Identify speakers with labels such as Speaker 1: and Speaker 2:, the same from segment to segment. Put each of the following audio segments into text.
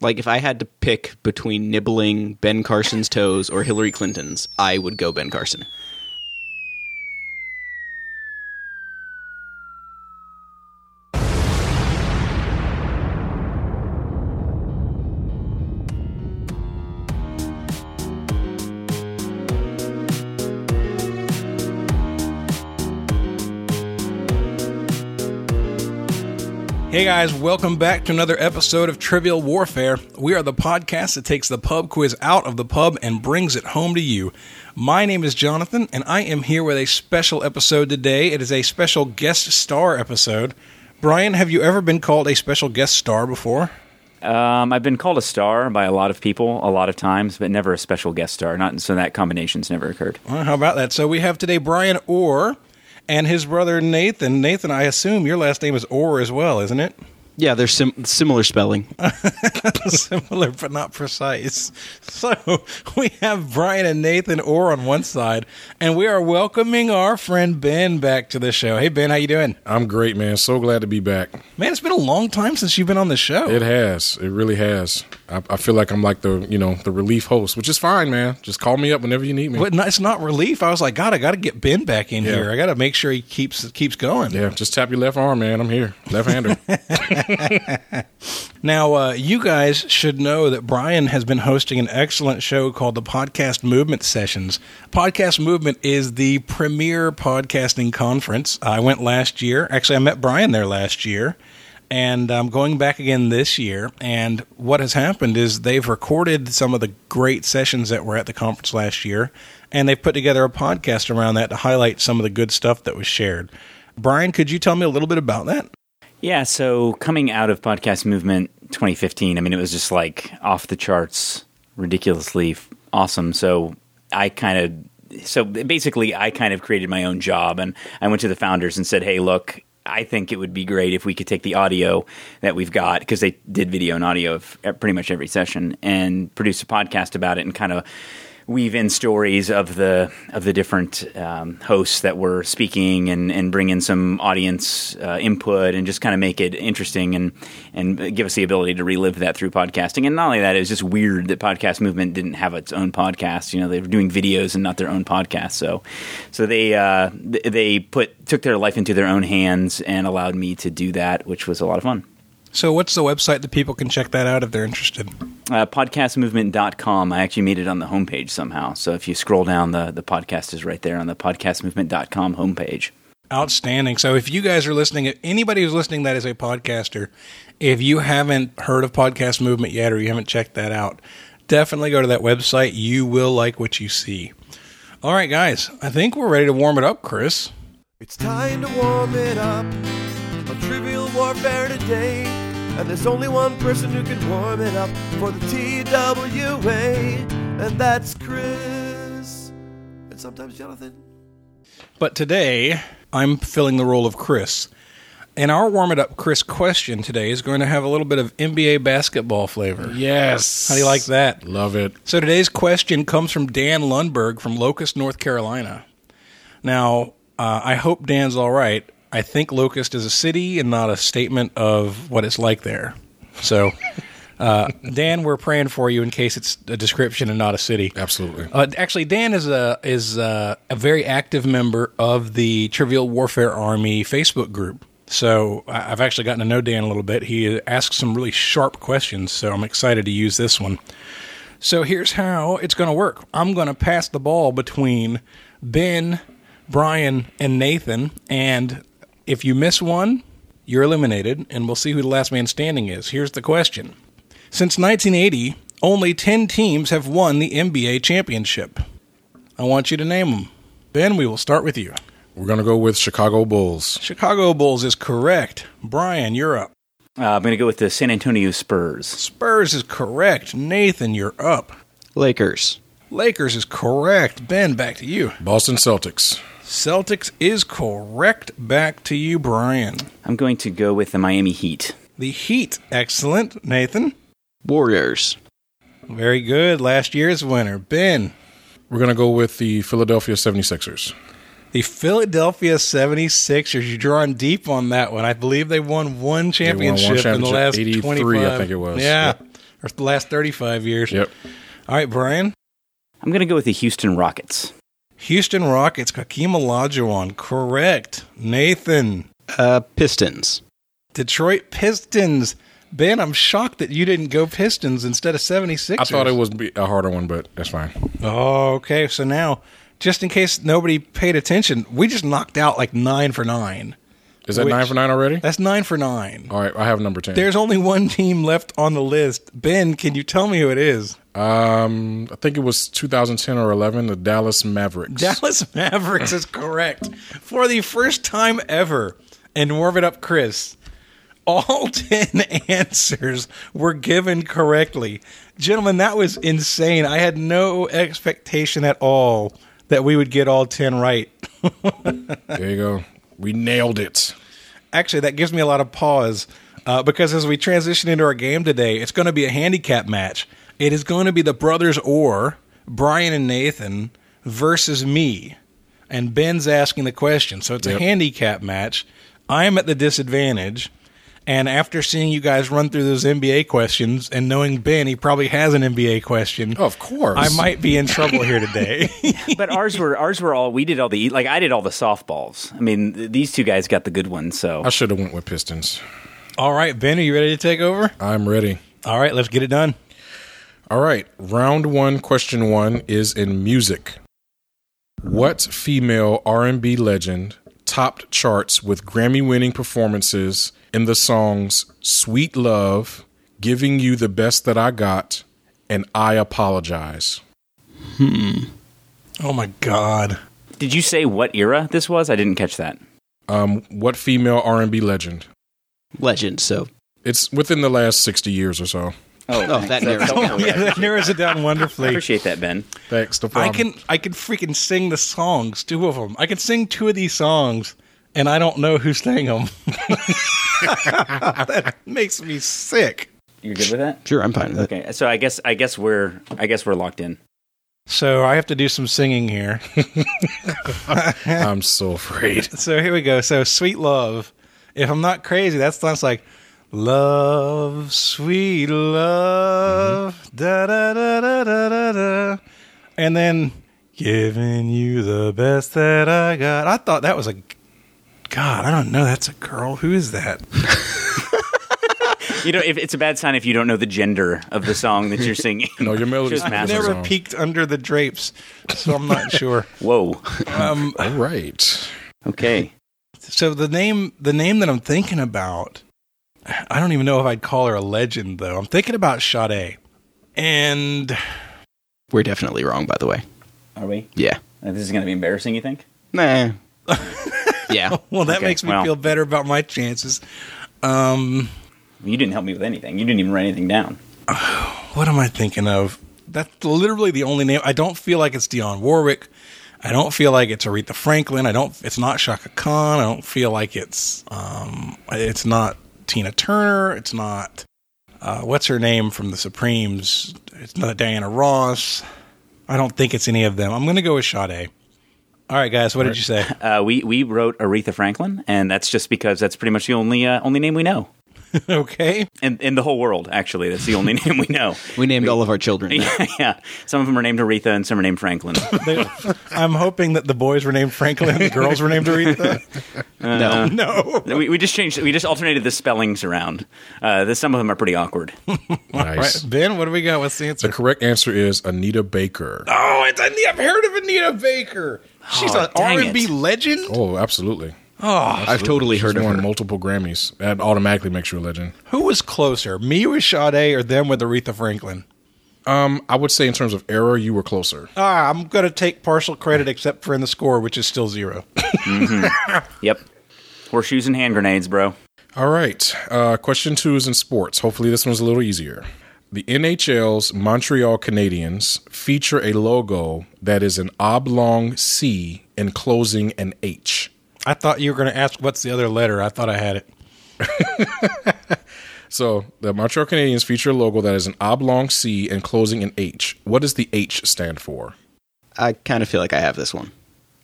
Speaker 1: Like if I had to pick between nibbling Ben Carson's toes or Hillary Clinton's, I would go Ben Carson.
Speaker 2: Hey guys, welcome back to another episode of Trivial Warfare. We are the podcast that takes the pub quiz out of the pub and brings it home to you. My name is Jonathan, and I am here with a special episode today. It is a special guest star episode. Brian, have you ever been called a special guest star before?
Speaker 3: Um, I've been called a star by a lot of people a lot of times, but never a special guest star. Not so that combination's never occurred.
Speaker 2: Well, how about that? So we have today Brian Orr and his brother Nathan. Nathan, I assume your last name is Orr as well, isn't it?
Speaker 1: Yeah, they're sim- similar spelling.
Speaker 2: similar but not precise. So we have Brian and Nathan Orr on one side, and we are welcoming our friend Ben back to the show. Hey Ben, how you doing?
Speaker 4: I'm great, man. So glad to be back.
Speaker 2: Man, it's been a long time since you've been on the show.
Speaker 4: It has. It really has. I, I feel like I'm like the you know the relief host, which is fine, man. Just call me up whenever you need me.
Speaker 2: But no, it's not relief. I was like, God, I got to get Ben back in
Speaker 4: Yeah.
Speaker 2: here. I got to make sure he keeps keeps going.
Speaker 4: Yeah, just tap your left arm, man. I'm here, left-hander.
Speaker 2: Now, uh, you guys should know that Brian has been hosting an excellent show called the Podcast Movement Sessions. Podcast Movement is the premier podcasting conference. I went last year. Actually, I met Brian there last year, and I'm going back again this year. And what has happened is they've recorded some of the great sessions that were at the conference last year, and they've put together a podcast around that to highlight some of the good stuff that was shared. Brian, could you tell me a little bit about that?
Speaker 3: Yeah, so coming out of Podcast Movement 2015, I mean, it was just like off the charts, ridiculously f- awesome. So I kind of, so basically, I kind of created my own job and I went to the founders and said, hey, look, I think it would be great if we could take the audio that we've got, because they did video and audio of e- pretty much every session, and produce a podcast about it and kind of weave in stories of the of the different um, hosts that were speaking and, and bring in some audience uh, input and just kind of make it interesting and and give us the ability to relive that through podcasting and not only that it was just weird that podcast movement didn't have its own podcast you know they were doing videos and not their own podcast so so they uh, th- they put took their life into their own hands and allowed me to do that which was a lot of fun
Speaker 2: So, what's the website that people can check that out if they're interested?
Speaker 3: uh, podcastmovement.com. I actually made it on the homepage somehow. So if you scroll down, the, the podcast is right there on the podcastmovement.com homepage.
Speaker 2: Outstanding. So, if you guys are listening, if anybody who's listening that is a podcaster, if you haven't heard of Podcast Movement yet or you haven't checked that out, definitely go to that website. You will like what you see. All right, guys, I think we're ready to warm it up, Chris.
Speaker 5: It's time to warm it up on Trivial Warfare today. And there's only one person who can warm it up for the TWA, and that's Chris. And sometimes Jonathan.
Speaker 2: But today, I'm filling the role of Chris. And our warm it up Chris question today is going to have a little bit of NBA basketball flavor.
Speaker 4: yes.
Speaker 2: How do you like that?
Speaker 4: Love it.
Speaker 2: So today's question comes from Dan Lundberg from Locust, North Carolina. Now, uh, I hope Dan's all right. I think Locust is a city and not a statement of what it's like there. So, uh, Dan, we're praying for you in case it's a description and not a city.
Speaker 4: Absolutely.
Speaker 2: Uh, actually, Dan is a is a, a very active member of the Trivial Warfare Army Facebook group. So I- I've actually gotten to know Dan a little bit. He asks some really sharp questions, so I'm excited to use this one. So here's how it's going to work. I'm going to pass the ball between Ben, Brian, and Nathan, and if you miss one, you're eliminated, and we'll see who the last man standing is. Here's the question. Since 1980, only 10 teams have won the NBA championship. I want you to name them. Ben, we will start with you.
Speaker 4: We're gonna go with Chicago Bulls.
Speaker 2: Chicago Bulls is correct. Brian, you're up.
Speaker 3: Uh, I'm going to go with the San Antonio Spurs.
Speaker 2: Spurs is correct. Nathan, you're up.
Speaker 1: Lakers.
Speaker 2: Lakers is correct. Ben, back to you.
Speaker 4: Boston Celtics.
Speaker 2: Celtics is correct. Back to you, Brian.
Speaker 3: I'm going to go with the Miami Heat.
Speaker 2: The Heat, excellent. Nathan,
Speaker 1: Warriors.
Speaker 2: very good. Last year's winner. Ben,
Speaker 4: We're gonna go with the Philadelphia 76ers.
Speaker 2: the Philadelphia 76ers. You're drawing deep on that one. I believe they won one
Speaker 4: won one
Speaker 2: championship, in the
Speaker 4: championship,
Speaker 2: last
Speaker 4: 83,
Speaker 2: 25.
Speaker 4: I think it was.
Speaker 2: Yeah.
Speaker 4: Yep.
Speaker 2: or the last 35 years.
Speaker 4: Yep.
Speaker 2: All right, Brian.
Speaker 3: I'm going to go with the Houston Rockets.
Speaker 2: Houston Rockets, Hakeem Olajuwon. Correct. Nathan.
Speaker 1: Uh, Pistons.
Speaker 2: Detroit Pistons. Ben, I'm shocked that you didn't go Pistons instead of 76ers.
Speaker 4: I thought it was be- a harder one, but that's fine.
Speaker 2: Oh, okay. So now, just in case nobody paid attention, we just knocked out like nine for nine.
Speaker 4: Is that
Speaker 2: Which-
Speaker 4: nine for nine already?
Speaker 2: That's nine for nine.
Speaker 4: All right, I have number ten.
Speaker 2: There's only one team left on the list. Ben, can you tell me who it is?
Speaker 4: um, I think it was 2010 or 11. The Dallas Mavericks.
Speaker 2: Dallas Mavericks is correct for the first time ever in Warm It Up Chris. All 10 answers were given correctly. Gentlemen, that was insane. I had no expectation at all that we would get all 10 right.
Speaker 4: there you go. We nailed it.
Speaker 2: Actually, that gives me a lot of pause uh, because as we transition into our game today, it's going to be a handicap match. It is going to be the brothers or Brian and Nathan versus me. And Ben's asking the question. So it's
Speaker 4: Yep.
Speaker 2: a handicap match. I'm at the disadvantage. And after seeing you guys run through those NBA questions and knowing Ben, he probably has an NBA question.
Speaker 4: Of course.
Speaker 2: I might be in trouble here today.
Speaker 3: But ours were ours were all we did all the like I did all the softballs. I mean, th- these two guys got the good ones. So
Speaker 4: I should have went with Pistons.
Speaker 2: All right, Ben, are you ready to take over?
Speaker 4: I'm ready.
Speaker 2: All right, let's get it done.
Speaker 4: All right, round one, question one is in music. What female R&B legend topped charts with Grammy-winning performances in the songs "Sweet Love," "Giving You the Best That I Got," and "I Apologize"?
Speaker 2: Oh my God.
Speaker 3: did you say what era this was? I didn't catch that.
Speaker 4: Um, what female R&B legend?
Speaker 1: Legend. So
Speaker 4: It's within the last sixty years or so.
Speaker 1: Oh, that narrows it down.
Speaker 2: Yeah, that narrows it down wonderfully.
Speaker 3: Appreciate that, Ben.
Speaker 4: Thanks. No
Speaker 2: I
Speaker 4: problem.
Speaker 2: can I can freaking sing the songs, two of them. I can sing two of these songs, and I don't know who sang them. that makes me sick.
Speaker 3: You're good with that?
Speaker 1: sure, I'm fine with it.
Speaker 3: Okay. So I guess I guess we're I guess we're locked in.
Speaker 2: So I have to do some singing here.
Speaker 4: I'm so afraid.
Speaker 2: So here we go. So sweet love. If I'm not crazy, that sounds like love, sweet love, da da da da da da da, and then giving you the best that I got. I thought that was a God. I don't know. That's a girl. Who is that?
Speaker 3: You know, if it's a bad sign if you don't know the gender of the song that you're singing.
Speaker 4: No, your melody's
Speaker 3: Just
Speaker 4: not
Speaker 3: massive.
Speaker 4: the
Speaker 2: Never
Speaker 4: song.
Speaker 2: peeked under the drapes, so I'm not sure.
Speaker 3: Whoa.
Speaker 2: Um,
Speaker 4: All right.
Speaker 3: Okay.
Speaker 2: so the name the name that I'm thinking about, I don't even know if I'd call her a legend though. I'm thinking about Sade. And
Speaker 1: We're definitely wrong, by the way.
Speaker 3: Are we?
Speaker 1: Yeah.
Speaker 3: Uh, This is going to be embarrassing, you think?
Speaker 1: Nah. yeah.
Speaker 2: well that
Speaker 3: Okay,
Speaker 2: makes me
Speaker 3: well.
Speaker 2: feel better about my chances. Um
Speaker 3: You didn't help me with anything. You didn't even write anything down.
Speaker 2: what am I thinking of? That's literally the only name. I don't feel like it's Dionne Warwick. I don't feel like it's Aretha Franklin. I don't. It's not Shaka Khan. I don't feel like it's. Um, it's not Tina Turner. It's not. Uh, what's her name from the Supremes? It's not Diana Ross. I don't think it's any of them. I'm going to go with Sade. All right, guys. What did you say?
Speaker 3: Uh, we we wrote Aretha Franklin, and that's just because that's pretty much the only uh, only name we know,
Speaker 2: okay.
Speaker 3: in in the whole world actually. That's the only name we know.
Speaker 1: We named all of our children.
Speaker 3: yeah, some of them are named Aretha, and some are named Franklin.
Speaker 2: They- I'm hoping that the boys were named Franklin and the girls were named Aretha.
Speaker 1: no.
Speaker 2: No.
Speaker 3: we, we just changed. We just alternated the spellings around. Uh, the, some of them are pretty awkward.
Speaker 4: Nice.
Speaker 2: Right, ben, what do we got? What's the answer?
Speaker 4: The correct answer is Anita Baker.
Speaker 1: Ah.
Speaker 2: Oh, it's, I- I've heard of Anita Baker. She's
Speaker 3: Oh,
Speaker 2: an
Speaker 3: dang
Speaker 2: R and B
Speaker 3: it.
Speaker 2: legend.
Speaker 4: Oh, absolutely.
Speaker 1: I've totally
Speaker 4: She's
Speaker 1: heard of
Speaker 4: won
Speaker 1: her.
Speaker 4: multiple Grammys. That automatically makes you a legend.
Speaker 2: Who was closer, me with Sade or them with Aretha Franklin?
Speaker 4: Um, I would say in terms of era, you were closer.
Speaker 2: Ah, I'm gonna take partial credit except for in the score, which is still zero.
Speaker 3: Yep, horseshoes and hand grenades, bro.
Speaker 4: All right. Uh, question two is in sports. Hopefully, this one's a little easier. The NHL's Montreal Canadiens feature a logo that is an oblong C enclosing an H.
Speaker 2: I thought you were gonna ask what's the other letter. I thought I had it.
Speaker 4: So the Montreal Canadiens feature a logo that is an oblong C enclosing an H. What does the H stand for?
Speaker 1: I kind of feel like I have this one.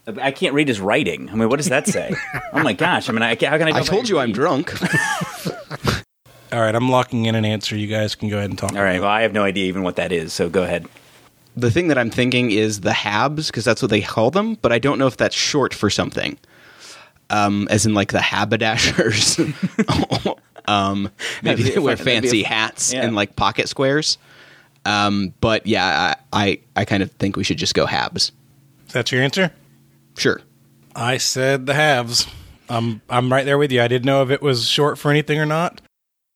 Speaker 3: I can't read his writing. I mean, what does that say? oh my gosh! I mean, I, ca- how can I?
Speaker 1: I
Speaker 3: tell if
Speaker 1: told you I'm drunk.
Speaker 2: All right, I'm locking in an answer. You guys can go ahead and talk.
Speaker 3: All right. Well, I have no idea even what that is. So go ahead.
Speaker 1: The thing that I'm thinking is the Habs because that's what they call them, but I don't know if that's short for something. Um, as in like the haberdashers. um, maybe
Speaker 3: That'd be
Speaker 1: they
Speaker 3: a
Speaker 1: wear
Speaker 3: fun- that'd be a
Speaker 1: fancy
Speaker 3: fun-
Speaker 1: hats
Speaker 3: yeah.
Speaker 1: and like pocket squares. Um, but yeah, I, I I kind of think we should just go Habs.
Speaker 2: That's your answer.
Speaker 1: Sure.
Speaker 2: I said the halves. I'm I'm right there with you. I didn't know if it was short for anything or not,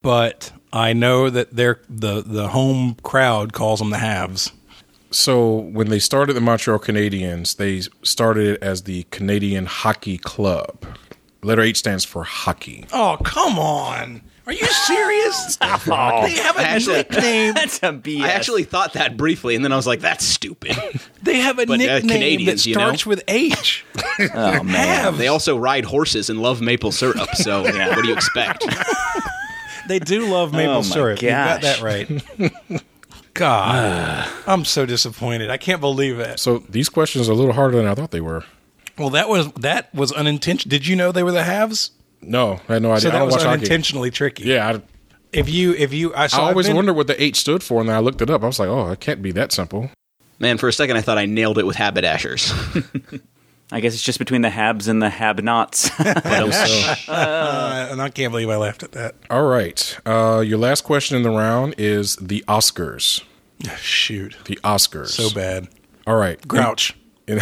Speaker 2: but I know that they're the the home crowd calls them the halves.
Speaker 4: So when they started the Montreal Canadiens, they started it as the Canadian Hockey Club. Letter H stands for hockey.
Speaker 2: Oh come on! Are you serious? They have
Speaker 1: I
Speaker 2: a
Speaker 1: actually-
Speaker 2: nickname.
Speaker 3: That's a BS.
Speaker 1: I actually thought that briefly, and then I was like, "That's stupid."
Speaker 2: They have a
Speaker 1: But, uh,
Speaker 2: nickname that
Speaker 1: Canadians, you know?
Speaker 2: starts with H.
Speaker 3: Oh, man.
Speaker 1: they also ride horses and love maple syrup. So what do you expect?
Speaker 2: They do love maple
Speaker 3: Oh my
Speaker 2: syrup. You got
Speaker 3: gosh.
Speaker 2: that right. God, I'm so disappointed. I can't believe it.
Speaker 4: So these questions are a little harder than I thought they were.
Speaker 2: Well, that was that was unintentional. Did you know they were the halves?
Speaker 4: No, I had no idea.
Speaker 2: So
Speaker 4: I
Speaker 2: that
Speaker 4: don't
Speaker 2: was
Speaker 4: watch hockey.
Speaker 2: unintentionally tricky.
Speaker 4: Yeah, I,
Speaker 2: If you if you I,
Speaker 4: I
Speaker 2: saw,
Speaker 4: always
Speaker 2: I've been-
Speaker 4: wondered what the H stood for, and then I looked it up. I was like, oh, it can't be that simple.
Speaker 1: Man, for a second, I thought I nailed it with haberdashers.
Speaker 3: I guess it's just between the Habs and the Habnots.
Speaker 2: uh, and I can't believe I laughed at that.
Speaker 4: All right. Uh, your last question in the round is the Oscars.
Speaker 2: Shoot,
Speaker 4: The Oscars.
Speaker 2: so bad.
Speaker 4: All right.
Speaker 2: Grouch.
Speaker 4: it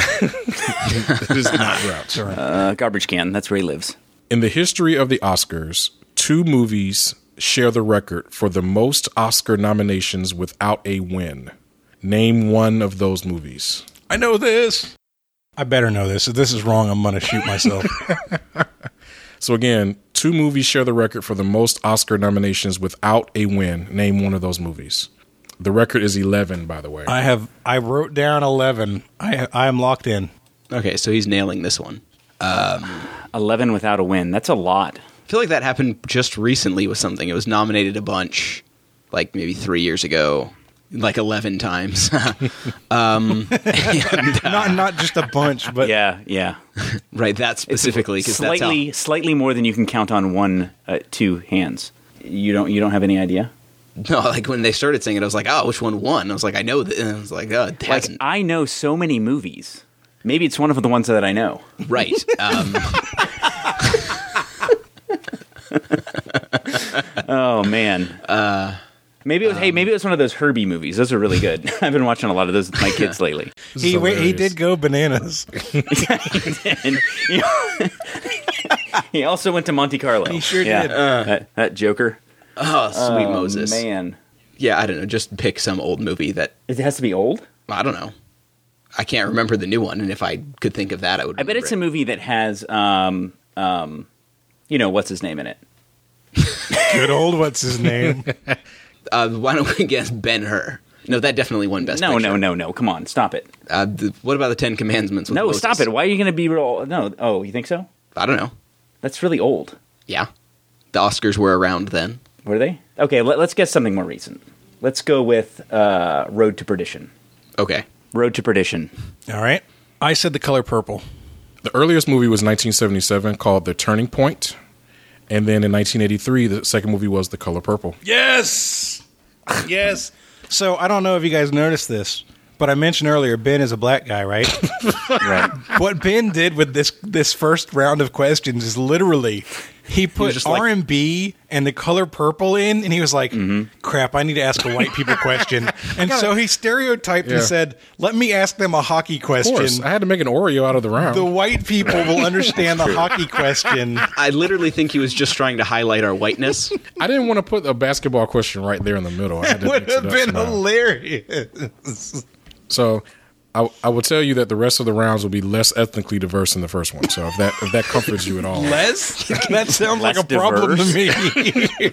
Speaker 4: is not Grouch.
Speaker 3: uh, garbage can. That's where he lives.
Speaker 4: In the history of the Oscars, two movies share the record for the most Oscar nominations without a win. Name one of those movies.
Speaker 2: I know this. I better know this. If this is wrong, I'm gonna shoot myself.
Speaker 4: So again, two movies share the record for the most Oscar nominations without a win. Name one of those movies. The record is 11, by the way.
Speaker 2: I have I wrote down eleven. I I am locked in.
Speaker 1: okay, so he's nailing this one.
Speaker 3: 11 without a win. That's a lot.
Speaker 1: I feel like that happened just recently with something. It was nominated a bunch, like maybe three years ago, like eleven times. Um,
Speaker 2: Not not just a bunch, but
Speaker 3: Yeah, yeah.
Speaker 1: right, that specifically because that's how.
Speaker 3: Slightly, slightly more than you can count on one, uh, two hands. You don't, you don't have any idea.
Speaker 1: No, like when they started saying it, I was like, "Oh, which one won?" I was like, "I know," th-. and I was like, "Oh, it
Speaker 3: Like
Speaker 1: hasn't."
Speaker 3: I know so many movies. Maybe it's one of the ones that I know.
Speaker 1: right. Um,
Speaker 3: Oh man. Uh, um, maybe it was. hey, maybe it was one of those Herbie movies. Those are really good. I've been watching a lot of those with my kids lately.
Speaker 2: he wa- he
Speaker 4: hilarious.
Speaker 2: did go bananas.
Speaker 3: And he, he also went to Monte Carlo. He Uh.
Speaker 2: sure did.
Speaker 3: that, that Joker.
Speaker 1: oh, sweet Moses.
Speaker 3: Man,
Speaker 1: Yeah, I don't know. Just pick some old movie that
Speaker 3: it has to be old.
Speaker 1: I don't know. I can't remember the new one, and if I could think of that, I would.
Speaker 3: I bet it's a movie that has, um, um, you know, what's his name in it?
Speaker 2: Good old what's his name?
Speaker 1: Uh, why don't we guess Ben Hur? No, that definitely won best.
Speaker 3: No,
Speaker 1: Picture.
Speaker 3: no, no, no. Come on, stop it.
Speaker 1: Uh, the, what about the Ten Commandments? With
Speaker 3: No,
Speaker 1: Moses?
Speaker 3: stop it. Why are you going to be real? No. Oh, you think so?
Speaker 1: I don't know.
Speaker 3: That's really old.
Speaker 1: Yeah, the Oscars were around then.
Speaker 3: Were they? Okay, let, us guess something more recent. Let's go with uh, Road to Perdition.
Speaker 1: Okay,
Speaker 3: Road to Perdition.
Speaker 2: All right. I said the color purple.
Speaker 4: the earliest movie was 1977 called The Turning Point. And then in 1983, the second movie was The Color Purple.
Speaker 2: Yes. Yes. So I don't know if you guys noticed this, but I mentioned earlier Ben is a black guy, right?
Speaker 3: Right.
Speaker 2: what Ben did with this this first round of questions is literally he put
Speaker 1: just like-
Speaker 2: R and B and the color purple in, and he was like,
Speaker 4: Mm-hmm.
Speaker 2: "Crap, I need to ask a white people question." And so he stereotyped
Speaker 4: Yeah.
Speaker 2: and said, "Let me ask them a hockey
Speaker 4: Of course,
Speaker 2: question."
Speaker 4: I had to make an Oreo out of the round.
Speaker 2: The white people will understand the hockey question.
Speaker 1: I literally think he was just trying to highlight our whiteness.
Speaker 4: I didn't want to put a basketball question right there in the middle. I had to
Speaker 2: Would
Speaker 4: mix it
Speaker 2: have
Speaker 4: up
Speaker 2: been
Speaker 4: somehow.
Speaker 2: hilarious.
Speaker 4: So I, I will tell you that the rest of the rounds will be less ethnically diverse than the first one. So if that if that comforts you at all,
Speaker 2: Les, that sounds like
Speaker 3: Less
Speaker 2: a problem
Speaker 3: diverse.
Speaker 2: to me.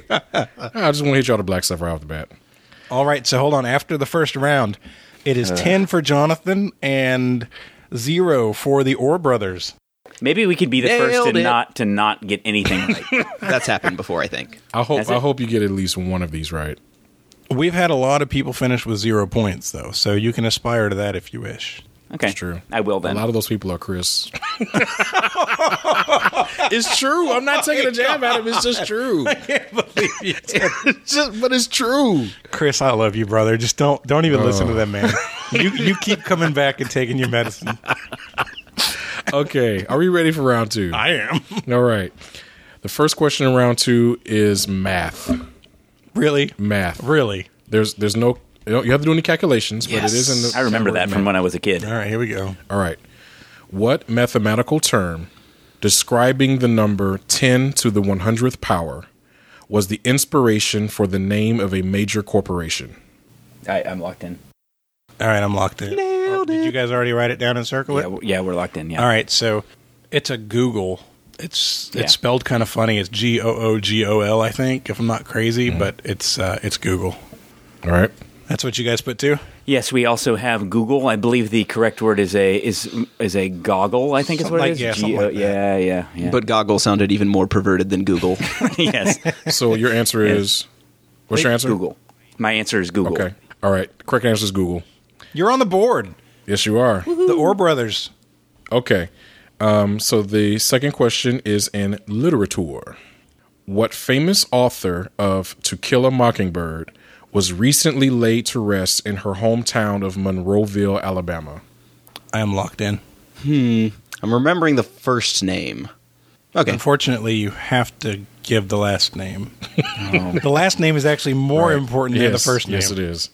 Speaker 4: I just want to hit y'all the black stuff right off the bat.
Speaker 2: All right, so hold on. After the first round, it
Speaker 4: Uh.
Speaker 2: is 10 for Jonathan and 0 for the Orr brothers.
Speaker 3: Maybe we could be the first
Speaker 1: Nailed
Speaker 3: to
Speaker 1: it.
Speaker 3: not to not get anything right.
Speaker 1: That's happened before, I think.
Speaker 4: I hope
Speaker 3: That's
Speaker 4: I
Speaker 3: it.
Speaker 4: hope you get at least one of these right.
Speaker 2: We've had a lot of people finish with 0 points though, so you can aspire to that if you wish.
Speaker 3: Okay.
Speaker 4: It's true.
Speaker 3: I will
Speaker 4: A
Speaker 3: then.
Speaker 4: lot of those people are Chris. it's true. I'm not taking a jab at him. It's just true. It's just- but it's true.
Speaker 2: Chris, I love you, brother. Just don't don't even listen to that man. you you keep coming back and taking your medicine.
Speaker 4: Okay. Are we ready for round two?
Speaker 2: I am.
Speaker 4: All right. The first question in round two is math.
Speaker 2: Really?
Speaker 4: Math.
Speaker 2: Really?
Speaker 4: There's there's no you, don't, you have to do any calculations, but
Speaker 2: Yes.
Speaker 4: it is in the
Speaker 3: I remember
Speaker 4: category
Speaker 3: that
Speaker 4: of
Speaker 3: from
Speaker 4: math.
Speaker 3: when I was a kid.
Speaker 2: All right, here we go.
Speaker 4: All right. What mathematical term describing the number 10 to the 100th power was the inspiration for the name of a major corporation?
Speaker 3: I, I'm locked in.
Speaker 2: All right, I'm locked in. Or Did you guys already write it down and circle
Speaker 3: Yeah,
Speaker 2: it?
Speaker 3: w- yeah, we're locked in. Yeah.
Speaker 2: All right, so it's a Google. It's
Speaker 3: Yeah.
Speaker 2: it's spelled kind of funny. It's G O O G O L, I think, if I'm not crazy. But it's uh, it's Google.
Speaker 4: All right.
Speaker 2: That's what you guys put too.
Speaker 3: Yes, we also have Google. I believe the correct word is a is is a goggle. I think
Speaker 2: Something
Speaker 3: is what
Speaker 2: like-
Speaker 3: it is.
Speaker 2: yeah, something
Speaker 3: G O-
Speaker 2: like that.
Speaker 3: yeah, yeah, yeah.
Speaker 1: But Goggle sounded even more perverted than Google.
Speaker 3: yes,
Speaker 4: So your answer is what's your answer?
Speaker 3: Google. My answer is Google.
Speaker 4: Okay. All right. Correct answer is Google.
Speaker 2: You're on the board.
Speaker 4: Yes, you are.
Speaker 2: The Orr brothers.
Speaker 4: Okay. Um, so the second question is in literature. What famous author of To Kill a Mockingbird was recently laid to rest in her hometown of Monroeville, Alabama?
Speaker 2: I am locked in.
Speaker 1: I'm remembering the first name. Okay.
Speaker 2: Unfortunately, you have to give the last name. the last name is actually more important than the
Speaker 4: Oh. Yes.
Speaker 2: first name.
Speaker 4: Yes, it is.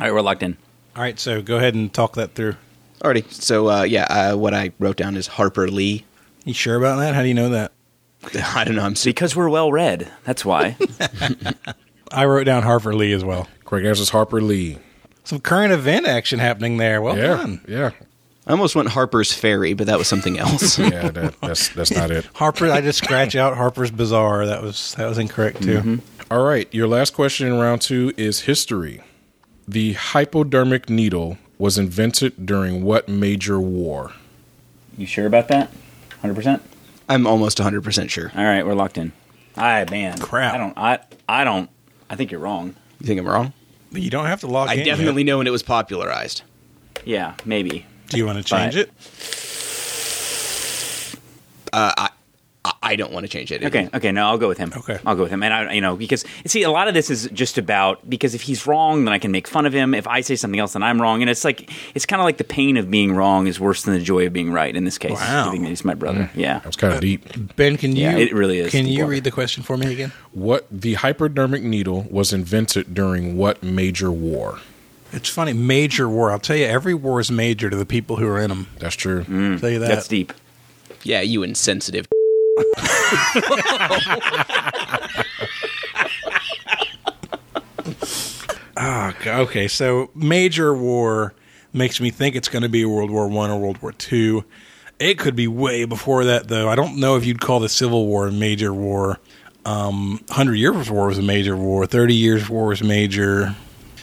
Speaker 3: All right, we're locked in.
Speaker 2: All right, so go ahead and talk that through.
Speaker 1: Alrighty. So uh, yeah, uh, what I wrote down is Harper Lee.
Speaker 2: You sure about that? How do you know that?
Speaker 1: I don't know. I'm sick.
Speaker 3: Because we're well read. That's why.
Speaker 2: I wrote down Harper Lee as well.
Speaker 4: Correct answer is Harper Lee.
Speaker 2: Some current event action happening there. Well
Speaker 4: yeah.
Speaker 2: done.
Speaker 4: Yeah.
Speaker 1: I almost went Harper's Ferry, but that was something else.
Speaker 4: Yeah, that, that's that's not it.
Speaker 2: Harper, I just scratch out Harper's Bazaar. That was that was incorrect too.
Speaker 4: All right, your last question in round two is history. The hypodermic needle was invented during what major war?
Speaker 3: you sure about that? Hundred percent.
Speaker 1: I'm almost 100% sure.
Speaker 3: All right, we're locked in. I man,
Speaker 2: Crap.
Speaker 3: I don't. I I don't. I think you're wrong.
Speaker 1: You think I'm wrong?
Speaker 2: But you don't have to log
Speaker 1: I
Speaker 2: in. yet.
Speaker 1: definitely know when it was popularized.
Speaker 3: Yeah, maybe.
Speaker 2: Do you want to change
Speaker 3: But-
Speaker 2: it?
Speaker 1: I, I don't want to change it.
Speaker 3: Okay. Okay. No, I'll go with him.
Speaker 2: Okay.
Speaker 3: I'll go with him. And I, you know, because see, a lot of this is just about because if he's wrong, then I can make fun of him. If I say something else, then I'm wrong. And it's like it's kind of like the pain of being wrong is worse than the joy of being right. In this case,
Speaker 2: Wow. Mm-hmm.
Speaker 3: I think that he's my brother. Yeah.
Speaker 4: That was
Speaker 2: Uh,
Speaker 4: kind of deep.
Speaker 2: Ben, can
Speaker 3: Yeah,
Speaker 2: you?
Speaker 3: it really is
Speaker 2: Can
Speaker 3: deep
Speaker 2: you
Speaker 3: water.
Speaker 2: read the question for me again?
Speaker 4: What the hypodermic needle was invented during what major war?
Speaker 2: It's funny. Major war. I'll tell you, every war is major to the people who are in them.
Speaker 4: That's true.
Speaker 2: I'll tell you that.
Speaker 3: Hmm. That's deep.
Speaker 1: Yeah, you insensitive.
Speaker 2: Ah, g- okay. So major war makes me think it's going to be World War One or World War Two. It could be way before that, though. I don't know if you'd call the Civil War a major war. Um, Hundred Years' War was a major war. Thirty Years' War was major.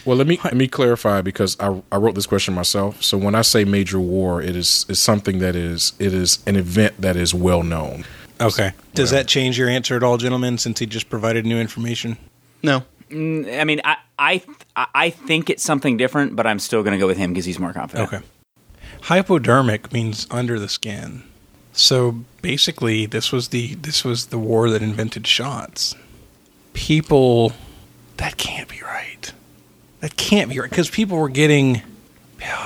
Speaker 4: Well, let me let me clarify because I, I wrote this question myself. So when I say major war, it is is something that is it is an event that is well known.
Speaker 2: Okay. Does that change your answer at all, gentlemen? Since he just provided new information.
Speaker 1: No.
Speaker 3: I mean, I I I think it's something different, but I'm still going to go with him because he's more confident.
Speaker 2: Okay. Hypodermic means under the skin. So basically, this was the this was the war that invented shots. People, that can't be right. That can't be right because people were getting.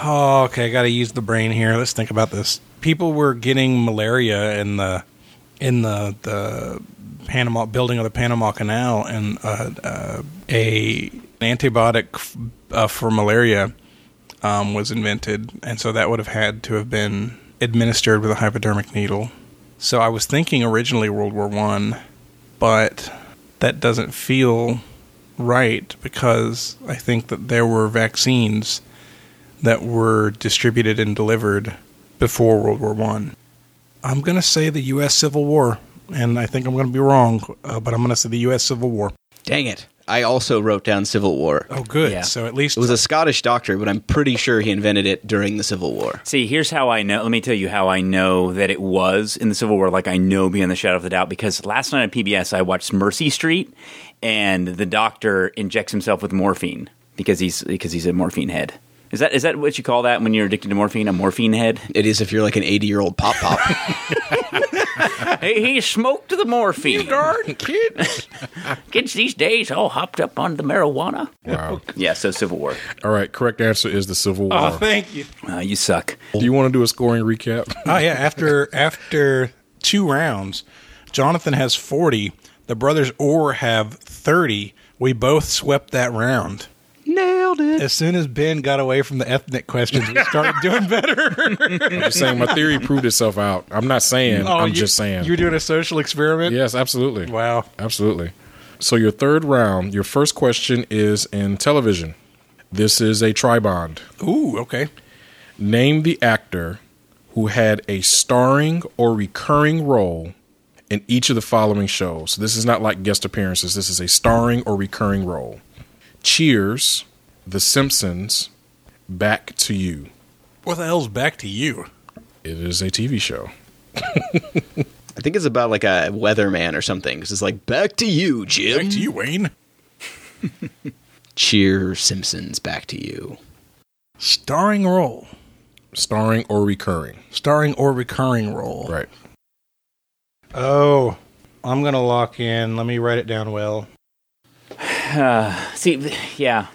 Speaker 2: Oh, okay, I got to use the brain here. Let's think about this. People were getting malaria in the in the the Panama building of the Panama Canal, and uh, uh, a an antibiotic f- uh, for malaria um, was invented, and so that would have had to have been administered with a hypodermic needle. So I was thinking originally World War One, but that doesn't feel right because I think that there were vaccines that were distributed and delivered before World War One. I'm gonna say the U.S. Civil War, and I think I'm gonna be wrong, uh, but I'm gonna say the U.S. Civil War.
Speaker 1: Dang it. I also wrote down Civil War.
Speaker 2: Oh, good.
Speaker 3: Yeah.
Speaker 2: So at least
Speaker 1: It was a Scottish doctor, but I'm pretty sure he invented it during the Civil War.
Speaker 3: See, here's how I know. Let me tell you how I know that it was in the Civil War. Like I know beyond the shadow of the doubt because last night on PBS I watched Mercy Street, and the doctor injects himself with morphine because he's because he's a morphine head. Is that is that what you call that when you're addicted to morphine? A morphine head?
Speaker 1: It is if you're like an 80 year old pop pop.
Speaker 3: he, he smoked the morphine.
Speaker 4: Darn kid.
Speaker 3: Kids these days all hopped up on the marijuana.
Speaker 4: Wow.
Speaker 3: Yeah, so Civil War.
Speaker 4: All right. Correct answer is the Civil War.
Speaker 2: Oh, thank you.
Speaker 3: Uh, you suck.
Speaker 4: do you want to do a scoring recap?
Speaker 2: Oh yeah, after after two rounds, Jonathan has forty. The brothers Orr have thirty. We both swept that round.
Speaker 1: Nailed it.
Speaker 2: As soon as Ben got away from the ethnic questions, we started doing better.
Speaker 4: I'm just saying my theory proved itself out. I'm not saying. I'm
Speaker 2: Oh, you-
Speaker 4: just saying.
Speaker 2: You're doing a social experiment?
Speaker 4: yes, absolutely.
Speaker 2: Wow.
Speaker 4: Absolutely. So your third round, your first question is in television. This is a tribond.
Speaker 2: Ooh, okay.
Speaker 4: Name the actor who had a starring or recurring role in each of the following shows. This is not like guest appearances. This is a starring or recurring role. Cheers, The Simpsons, Back to You.
Speaker 2: What the hell's back to you?
Speaker 4: It is a TV show.
Speaker 1: I think it's about like a weatherman or something. 'cause it's like, back to you, Jim.
Speaker 2: Back to you, Wayne.
Speaker 1: Cheer Simpsons, back to you.
Speaker 2: Starring role.
Speaker 4: Starring or recurring.
Speaker 2: Starring or recurring role.
Speaker 4: Right.
Speaker 2: Oh, I'm going to lock in. Let me write it down well.
Speaker 3: Uh, See, th- yeah,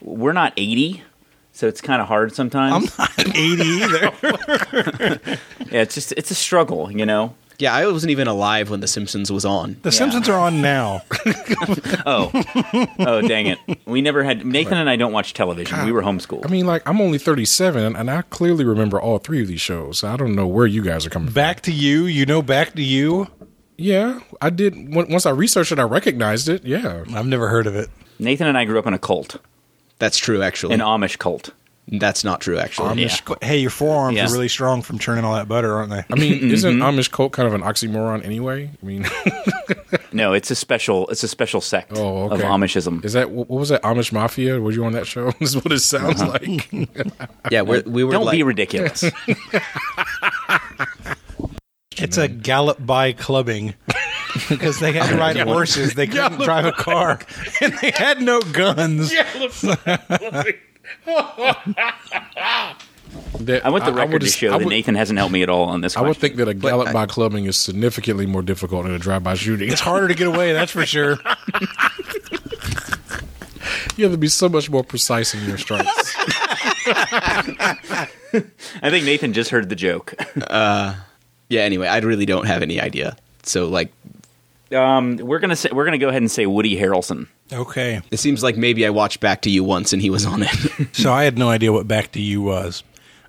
Speaker 3: we're not 80, so it's kind of hard sometimes.
Speaker 2: not 80 either.
Speaker 3: yeah, it's just it's a struggle, you know.
Speaker 1: Yeah, I wasn't even alive when The Simpsons was on.
Speaker 2: The Simpsons are on now.
Speaker 3: Oh, oh, dang it! We never had Nathan and I don't watch television. We were homeschooled.
Speaker 4: I mean, like, I'm only 37 and I clearly remember all three of these shows. I don't know where you guys are coming from.
Speaker 2: Back to you. You know back to you.
Speaker 4: Yeah, I did. on- Once I researched it, I recognized it. Yeah.
Speaker 2: I've never heard of it.
Speaker 3: Nathan and I grew up in a cult,
Speaker 1: That's true, actually.
Speaker 3: an Amish cult.
Speaker 1: That's not true, actually.
Speaker 3: Yeah.
Speaker 2: Hey, your forearms
Speaker 3: Yeah.
Speaker 2: are really strong from churning all that butter, aren't they?
Speaker 4: I mean, isn't Amish cult kind of an oxymoron anyway? I mean,
Speaker 3: No, it's a special it's a special sect
Speaker 4: oh, okay.
Speaker 3: of Amishism.
Speaker 4: Is that what was that Amish Mafia? Were you on that show? This is what it sounds like.
Speaker 1: Yeah, we're, we were
Speaker 3: Don't
Speaker 1: like,
Speaker 3: be ridiculous.
Speaker 2: It's a gallop by clubbing because they had to ride horses. They couldn't drive a car, and they had no guns.
Speaker 4: That-
Speaker 3: I want the
Speaker 4: would
Speaker 3: record to
Speaker 4: just-
Speaker 3: show
Speaker 4: I
Speaker 3: that
Speaker 4: would-
Speaker 3: Nathan hasn't helped me at all on this.
Speaker 4: I would
Speaker 3: question.
Speaker 4: think that a gallop by clubbing is significantly more difficult than a drive by shooting.
Speaker 2: It's harder to get away, that's for sure.
Speaker 4: You have to be so much more precise in your strikes.
Speaker 3: I think Nathan just heard the joke.
Speaker 1: Yeah, anyway, I really don't have any idea. So, like,
Speaker 3: Um, we're gonna say, we're gonna go ahead and say Woody Harrelson.
Speaker 2: Okay,
Speaker 1: it seems like maybe I watched Back to You once and he was on it.
Speaker 2: so I had no idea what back to you was,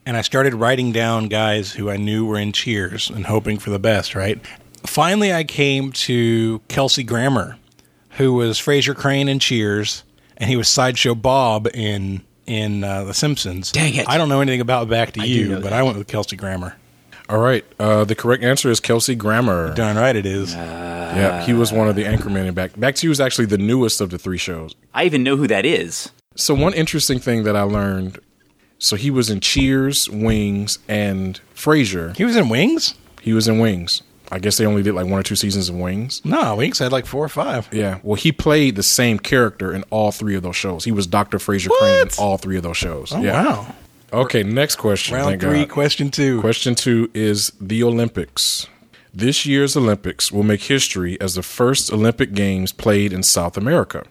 Speaker 2: and I started writing down guys who I knew were in Cheers and hoping for the best. Right. Finally, I came to Kelsey Grammer, who was Fraser Crane in Cheers, and he was Sideshow Bob in in uh, The Simpsons.
Speaker 1: Dang it.
Speaker 2: I don't know anything about Back to
Speaker 1: know
Speaker 2: You, but
Speaker 1: that.
Speaker 2: I went with Kelsey Grammer.
Speaker 4: All right. Uh, the correct answer is Kelsey Grammer.
Speaker 2: Darn right it is.
Speaker 4: Yeah, he was one of the anchormen in Back. Back to You is actually the newest of the three shows.
Speaker 3: I even know who that is.
Speaker 4: So one interesting thing that I learned. So he was in Cheers, Wings, and Frasier.
Speaker 2: He was in Wings?
Speaker 4: He was in Wings. I guess they only did like one or two seasons of Wings.
Speaker 2: No, Wings had like four or five.
Speaker 4: Yeah. Well, he played the same character in all three of those shows. He was Dr. Fraser Crane in
Speaker 2: What?
Speaker 4: all three of those shows.
Speaker 2: Oh,
Speaker 4: yeah.
Speaker 2: wow.
Speaker 4: Okay, next question.
Speaker 2: Round
Speaker 4: Thank
Speaker 2: three,
Speaker 4: God.
Speaker 2: question two.
Speaker 4: Question two is the Olympics. This year's Olympics will make history as the first Olympic Games played in South America.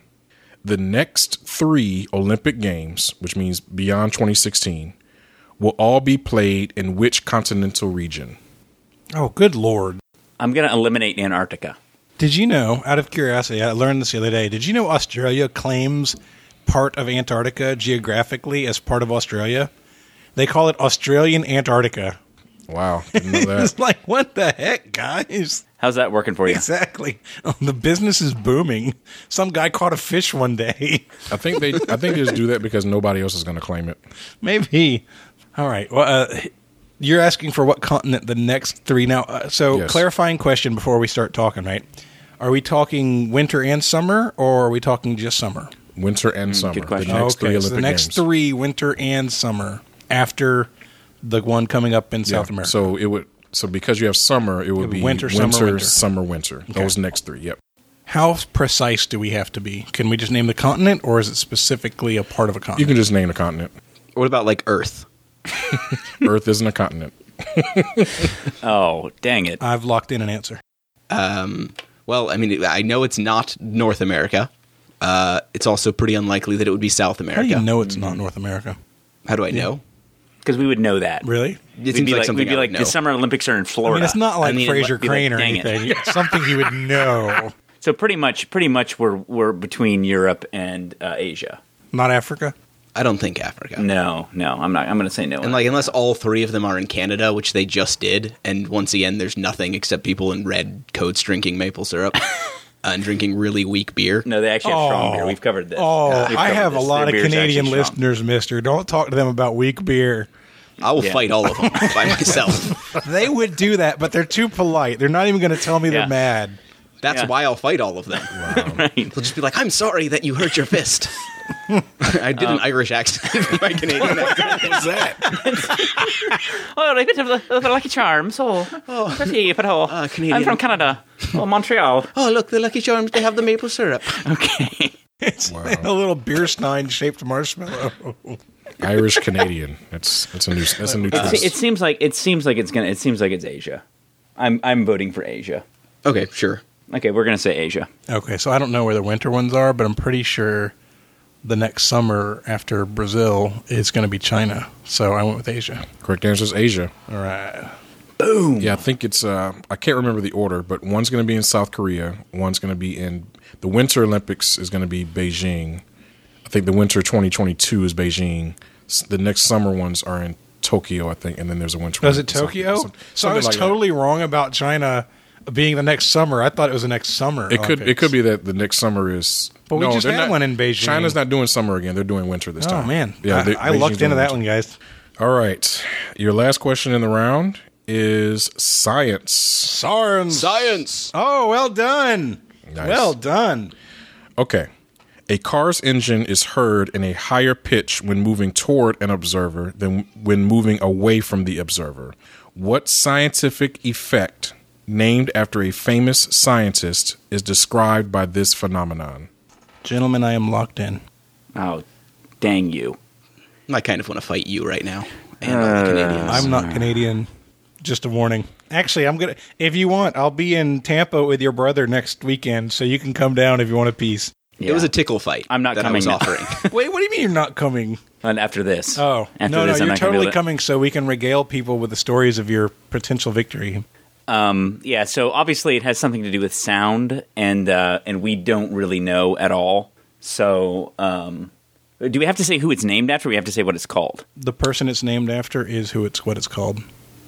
Speaker 4: The next three Olympic Games, which means beyond 2016, will all be played in which continental region?
Speaker 2: Oh, good lord.
Speaker 3: I'm gonna eliminate Antarctica.
Speaker 2: Did you know, out of curiosity, I learned this the other day, did you know Australia claims part of Antarctica geographically as part of Australia? They call it Australian Antarctica.
Speaker 4: Wow. Didn't know that.
Speaker 2: It's like, what the heck, guys?
Speaker 3: How's that working for you?
Speaker 2: Exactly. the business is booming. Some guy caught a fish one day.
Speaker 4: I think they I think they just do that because nobody else is going to claim it.
Speaker 2: Maybe. All right. Well, uh, you're asking for what continent the next three now. Uh, so,
Speaker 4: Yes.
Speaker 2: clarifying question before we start talking, right? Are we talking winter and summer, or are we talking just summer?
Speaker 4: Winter and summer.
Speaker 3: question.
Speaker 4: The next three
Speaker 2: so
Speaker 4: Olympic
Speaker 2: the next
Speaker 4: Games.
Speaker 2: three, winter and summer, after the one coming up in South
Speaker 4: Yeah.
Speaker 2: America.
Speaker 4: So it would so because you have summer, it would
Speaker 2: be
Speaker 4: be
Speaker 2: winter,
Speaker 4: winter,
Speaker 2: summer,
Speaker 4: summer,
Speaker 2: winter.
Speaker 4: winter. Those next three. Yep.
Speaker 2: How precise do we have to be? Can we just name the continent, or is it specifically a part of a
Speaker 4: You
Speaker 2: continent?
Speaker 4: can just name the continent.
Speaker 1: What about like Earth?
Speaker 4: Earth isn't a continent.
Speaker 3: Oh, dang it.
Speaker 2: I've locked in an answer.
Speaker 1: Um, Well, I mean, I know it's not North America. Uh, it's also pretty unlikely that it would be South America.
Speaker 2: How do you know it's
Speaker 4: Mm-hmm.
Speaker 2: not North America?
Speaker 1: How do I know?
Speaker 3: Because we would know that.
Speaker 2: Really?
Speaker 1: It
Speaker 3: We'd
Speaker 1: seems
Speaker 3: be
Speaker 1: like,
Speaker 3: like,
Speaker 1: something
Speaker 3: we'd be
Speaker 1: I would
Speaker 3: like
Speaker 1: know.
Speaker 3: the Summer Olympics are in
Speaker 2: I
Speaker 3: Florida.
Speaker 2: mean, it's not like
Speaker 1: I mean,
Speaker 2: Fraser
Speaker 1: it'd be
Speaker 3: like,
Speaker 2: Crane or
Speaker 3: dang it.
Speaker 2: anything. It's something you would know.
Speaker 3: So pretty much, pretty much, we're we're between Europe and uh, Asia.
Speaker 2: Not Africa?
Speaker 1: I don't think Africa.
Speaker 3: No, no, I'm not. I'm going to say no.
Speaker 1: And like, unless all three of them are in Canada, which they just did, and once again, there's nothing except people in red coats drinking maple syrup and drinking really weak beer.
Speaker 3: no, they actually have strong
Speaker 2: Oh.
Speaker 3: beer. We've covered this.
Speaker 2: Oh,
Speaker 3: We've
Speaker 2: I
Speaker 3: covered
Speaker 2: have a
Speaker 3: this.
Speaker 2: lot
Speaker 3: Their
Speaker 2: of
Speaker 3: beer is actually
Speaker 2: Canadian
Speaker 3: strong.
Speaker 2: listeners, mister. Don't talk to them about weak beer.
Speaker 1: I will
Speaker 3: Yeah.
Speaker 1: fight all of them by myself.
Speaker 2: They would do that, but they're too polite. They're not even going to tell me they're
Speaker 3: Yeah.
Speaker 2: mad.
Speaker 1: That's
Speaker 3: Yeah.
Speaker 1: why I'll fight all of them. They'll just be like, "I'm sorry that you hurt your fist." I did an Irish accent with my Canadian accent.
Speaker 2: What's that?
Speaker 3: Oh, a bit of the, of the Lucky Charms. Oh, pretty, but oh,
Speaker 1: Ah, Canadian.
Speaker 3: I'm from Canada. Oh, Montreal.
Speaker 1: Oh, look, the Lucky Charms, they have the maple syrup.
Speaker 3: Okay.
Speaker 2: It's a little beer stein shaped marshmallow.
Speaker 4: Irish Canadian. That's that's a new that's a new
Speaker 3: It,
Speaker 4: twist.
Speaker 3: se- it seems like it seems like it's gonna. It seems like it's Asia. I'm I'm voting for Asia.
Speaker 1: Okay, sure.
Speaker 3: Okay, we're going to say Asia.
Speaker 2: Okay, so I don't know where the winter ones are, but I'm pretty sure the next summer after Brazil is going to be China. So I went with Asia.
Speaker 4: Correct answer is Asia.
Speaker 2: All right.
Speaker 4: Yeah, I think it's. Uh, I can't remember the order, but one's going to be in South Korea. One's going to be in the Winter Olympics is going to be Beijing. I think the Winter 2022 is Beijing. S- The next summer ones are in Tokyo, I think, and then there's a Winter.
Speaker 2: Was Oh, it
Speaker 4: Olympics.
Speaker 2: Tokyo?
Speaker 4: Some-
Speaker 2: so I
Speaker 4: something
Speaker 2: was
Speaker 4: like that.
Speaker 2: totally wrong about China being the next summer. I thought it was the next summer. Oh,
Speaker 4: It could. It
Speaker 2: Olympics.
Speaker 4: could be that the next summer is.
Speaker 2: But we just
Speaker 4: they're
Speaker 2: had one in Beijing.
Speaker 4: China's not doing summer again. They're doing winter this
Speaker 2: Oh
Speaker 4: time.
Speaker 2: man,
Speaker 4: Yeah, they-
Speaker 2: I, I lucked
Speaker 4: Beijing's doing
Speaker 2: into that
Speaker 4: winter.
Speaker 2: one, guys.
Speaker 4: All right, your last question in the round is science.
Speaker 2: Sarns.
Speaker 1: Science.
Speaker 2: Oh, well done.
Speaker 4: Nice.
Speaker 2: Well done.
Speaker 4: Okay. A car's engine is heard in a higher pitch when moving toward an observer than when moving away from the observer. What scientific effect, named after a famous scientist, is described by this phenomenon?
Speaker 2: Gentlemen, I am locked in.
Speaker 3: Oh, dang you.
Speaker 1: I kind of want to fight you right now and
Speaker 3: Uh,
Speaker 1: all the Canadians.
Speaker 2: I'm not Canadian. Just a warning. Actually, I'm gonna. If you want, I'll be in Tampa with your brother next weekend, so you can come down if you want a piece.
Speaker 1: It was
Speaker 3: Yeah.
Speaker 1: a tickle fight.
Speaker 3: I'm not
Speaker 1: that I
Speaker 3: coming
Speaker 1: was
Speaker 3: now.
Speaker 1: offering.
Speaker 2: Wait, what do you mean you're not coming?
Speaker 3: And after this.
Speaker 2: Oh,
Speaker 3: After
Speaker 2: no, no,
Speaker 3: this,
Speaker 2: you're
Speaker 3: I'm not gonna be
Speaker 2: totally
Speaker 3: able to-
Speaker 2: coming so we can regale people with the stories of your potential victory.
Speaker 3: Um, yeah, so obviously it has something to do with sound, and uh, and we don't really know at all. So, um, do we have to say who it's named after? We have to say what it's called,
Speaker 2: The person it's named after is who it's what it's called.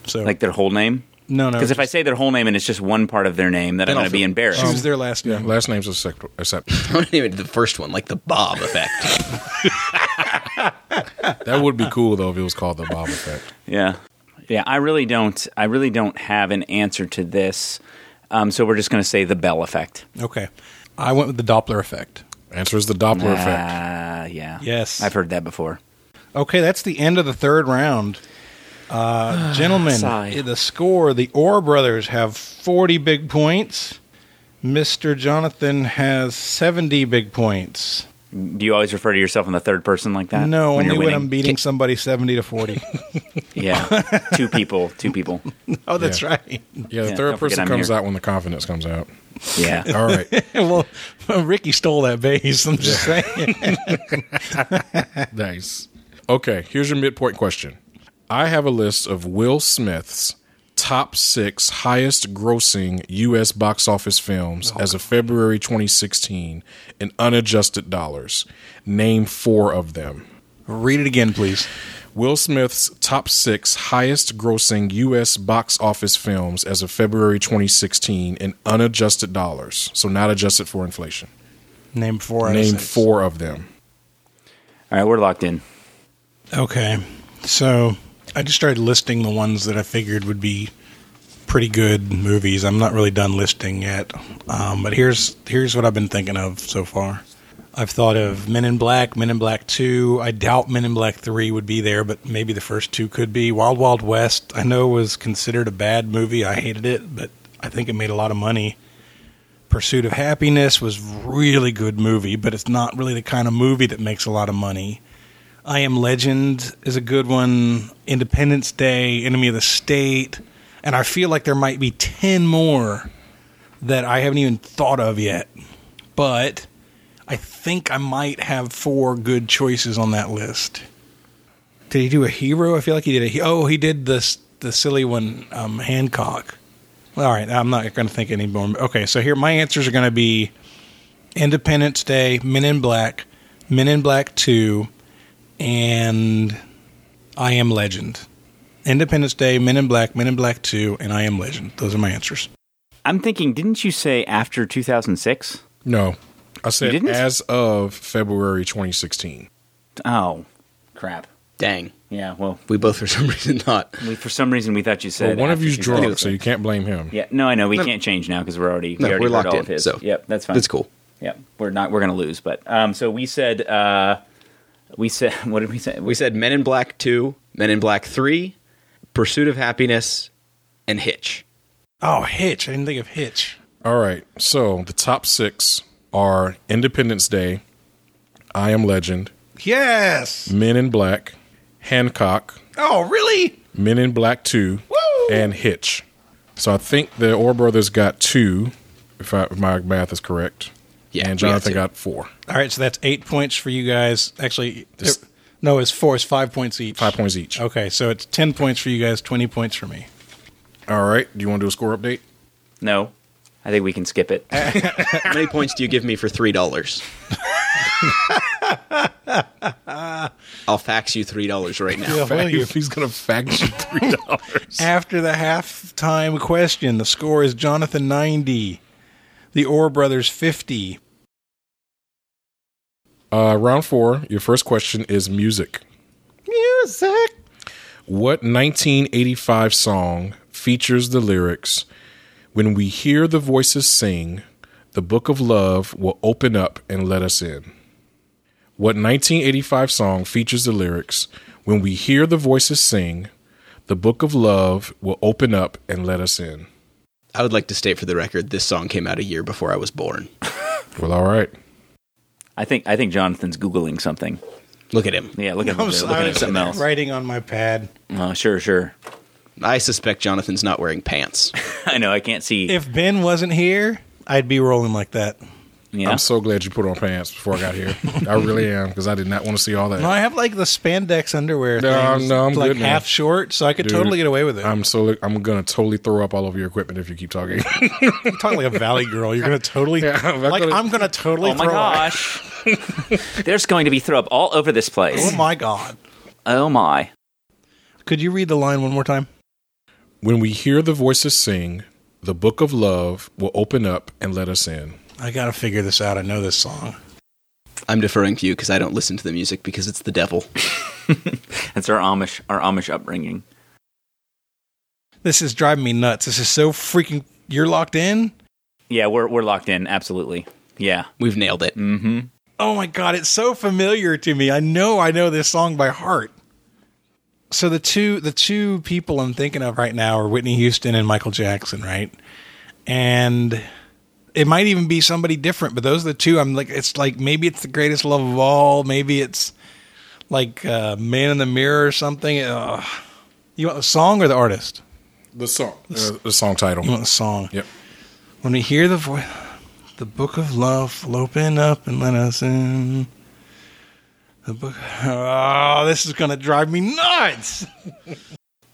Speaker 2: So,
Speaker 3: like their whole name.
Speaker 2: no, no,
Speaker 3: Because if I um,
Speaker 2: just
Speaker 3: say their whole name and it's just one part of their name, then I'm
Speaker 1: Then
Speaker 3: going
Speaker 1: I'll
Speaker 3: to be
Speaker 1: feel-
Speaker 3: embarrassed.
Speaker 2: choose their last name,
Speaker 4: Last names accept- accepted.
Speaker 1: I'm not even the first one, like the Bob effect.
Speaker 4: That would be cool though if it was called the Bob effect.
Speaker 3: Yeah, yeah. I really don't. I really don't have an answer to this. Um, so we're just going to say the Bell effect.
Speaker 2: okay, I went with the Doppler effect.
Speaker 4: Answer is the Doppler effect.
Speaker 3: Ah, yeah.
Speaker 2: Yes.
Speaker 3: I've heard that before.
Speaker 2: Okay, that's the end of the third round. Uh, gentlemen,
Speaker 3: Sigh.
Speaker 2: the score the Orr brothers have 40 big points. Mr. Jonathan has 70 big points.
Speaker 3: Do you always refer to yourself in the third person like that?
Speaker 2: no, only
Speaker 3: when you're
Speaker 2: when
Speaker 3: winning?
Speaker 2: I'm beating somebody 70 to 40.
Speaker 3: Yeah, two people. Two people.
Speaker 2: oh, that's
Speaker 4: Yeah.
Speaker 2: right.
Speaker 4: Yeah, the
Speaker 3: Yeah, don't
Speaker 4: third
Speaker 3: forget
Speaker 4: person
Speaker 3: I'm
Speaker 4: comes
Speaker 3: here.
Speaker 4: out when the confidence comes out.
Speaker 3: Yeah.
Speaker 4: All right.
Speaker 2: well, Ricky stole that base. I'm just saying.
Speaker 4: Nice. Okay, here's your midpoint question. I have a list of Will Smith's top six highest grossing U.S. box office films as of February 2016 in unadjusted dollars. Name four of them.
Speaker 2: Read it again, please.
Speaker 4: Will Smith's top six highest grossing U.S. box office films as of February 2016 in unadjusted dollars, so not adjusted for inflation.
Speaker 2: Name four. out of
Speaker 4: Name
Speaker 2: six.
Speaker 4: four of them.
Speaker 3: All right, we're locked in.
Speaker 2: Okay. So I just started listing the ones that I figured would be pretty good movies. I'm not really done listing yet, um, but here's here's what I've been thinking of so far. I've thought of Men in Black, Men in Black Two. I doubt Men in Black Three would be there, but maybe the first two could be. Wild Wild West, I know was considered a bad movie. I hated it, but I think it made a lot of money. Pursuit of Happiness was really good movie, but it's not really the kind of movie that makes a lot of money. I Am Legend is a good one. Independence Day, Enemy of the State, and I feel like there might be ten more that I haven't even thought of yet. But I think I might have four good choices on that list. Did he do a hero? I feel like he did a. He- oh, he did this the silly one, um, Hancock. Well, all right, I'm not going to think anymore. Okay, so here my answers are going to be Independence Day, Men in Black, Men in Black Two, and I Am Legend. Independence Day, Men in Black, Men in Black Two, and I Am Legend. Those are my answers.
Speaker 3: I'm thinking, didn't you say after 2006?
Speaker 4: No, I
Speaker 3: You
Speaker 4: said
Speaker 3: didn't?
Speaker 4: as of February 2016.
Speaker 3: Oh, crap.
Speaker 1: Dang.
Speaker 3: Yeah, well,
Speaker 1: We both, for some reason, thought.
Speaker 3: we, for some reason we thought you
Speaker 4: Well,
Speaker 3: said
Speaker 4: one of
Speaker 3: after
Speaker 4: you's
Speaker 3: 2000.
Speaker 4: drunk, so you can't blame him.
Speaker 3: Yeah, no, I know we can't change now because we're already we
Speaker 1: No,
Speaker 3: already
Speaker 1: we're
Speaker 3: heard
Speaker 1: locked
Speaker 3: all
Speaker 1: in,
Speaker 3: of his.
Speaker 1: so
Speaker 3: yep, that's fine.
Speaker 1: that's cool.
Speaker 3: Yep, we're not we're gonna lose, but um, so we said uh, we said what did we say?
Speaker 1: We said Men in Black 2, Men in Black 3, Pursuit of Happiness, and Hitch.
Speaker 2: Oh, Hitch. I didn't think of Hitch.
Speaker 4: All right. So the top six are Independence Day, I Am Legend,
Speaker 2: Yes.
Speaker 4: Men in Black, Hancock,
Speaker 2: Oh, really?
Speaker 4: Men in Black 2, and Hitch. So I think the Orr brothers got two, if, I, if my math is correct.
Speaker 1: Yeah,
Speaker 4: and
Speaker 1: we got
Speaker 4: Jonathan
Speaker 1: two.
Speaker 4: got four.
Speaker 2: All right, so that's eight points for you guys. Actually,
Speaker 4: This-
Speaker 2: there- no, it's four. It's five points each.
Speaker 4: Five points each.
Speaker 2: Okay, so it's ten points for you guys, twenty points for me.
Speaker 4: All right. Do you want to do a score update?
Speaker 3: No, I think we can skip it.
Speaker 1: How many points do you give me for $3? I'll fax you $3 right now.
Speaker 4: He's going to fact you $3.
Speaker 2: After the halftime question, the score is Jonathan ninety, the Orr brothers fifty.
Speaker 4: Uh, round four, your first question is music. Music. What 1985 song features the lyrics When we hear the voices sing, the book of love will open up and let us in? What 1985 song features the lyrics When we hear the voices sing, the book of love will open up and let us in?
Speaker 1: I would like to state for the record this song came out a year before I was born.
Speaker 4: Well, all right.
Speaker 3: I think I think Jonathan's googling something.
Speaker 1: Look at him.
Speaker 3: Yeah, look at him.
Speaker 2: I'm
Speaker 3: over there, looking
Speaker 2: sorry,
Speaker 3: at something else.
Speaker 2: writing on my pad.
Speaker 3: Oh, sure, sure.
Speaker 1: I suspect Jonathan's not wearing pants.
Speaker 3: I know I can't see.
Speaker 2: If Ben wasn't here, I'd be rolling like that.
Speaker 3: yeah.
Speaker 4: I'm so glad you put on pants before I got here. I really am because I did not want to see all that.
Speaker 2: No, I have like the spandex underwear.
Speaker 4: No,
Speaker 2: things,
Speaker 4: no, I'm
Speaker 2: like
Speaker 4: good now.
Speaker 2: half short, so I could totally get away with it.
Speaker 4: I'm so I'm gonna totally throw up all over your equipment if you keep talking.
Speaker 2: You're talking like a valley girl. You're gonna totally
Speaker 4: Yeah, I'm
Speaker 2: like
Speaker 4: gonna-
Speaker 2: I'm gonna totally
Speaker 3: oh my
Speaker 2: throw up.
Speaker 3: gosh. There's going to be throw up all over this place.
Speaker 2: Oh my god.
Speaker 3: Oh my.
Speaker 2: Could you read the line one more time?
Speaker 4: when we hear the voices sing, the book of love will open up and let us in.
Speaker 2: I gotta figure this out. I know this song.
Speaker 1: I'm deferring to you because I don't listen to the music because it's the devil.
Speaker 3: That's our Amish our Amish upbringing.
Speaker 2: This is driving me nuts. This is so freaking. You're locked in.
Speaker 3: Yeah, we're we're locked in. Absolutely. Yeah.
Speaker 1: We've nailed it.
Speaker 3: Mm-hmm.
Speaker 2: Oh my god, it's so familiar to me. I know I know this song by heart. So the two the two people I'm thinking of right now are Whitney Houston and Michael Jackson, right? And it might even be somebody different, but those are the two I'm like it's like maybe it's the greatest love of all, maybe it's like uh Man in the Mirror or something. Ugh. You want the song or the artist?
Speaker 4: The song, uh, the song title.
Speaker 2: You want the song.
Speaker 4: Yep.
Speaker 2: When we hear the voice, the book of love will open up and let us in. The book. Oh, this is gonna drive me nuts.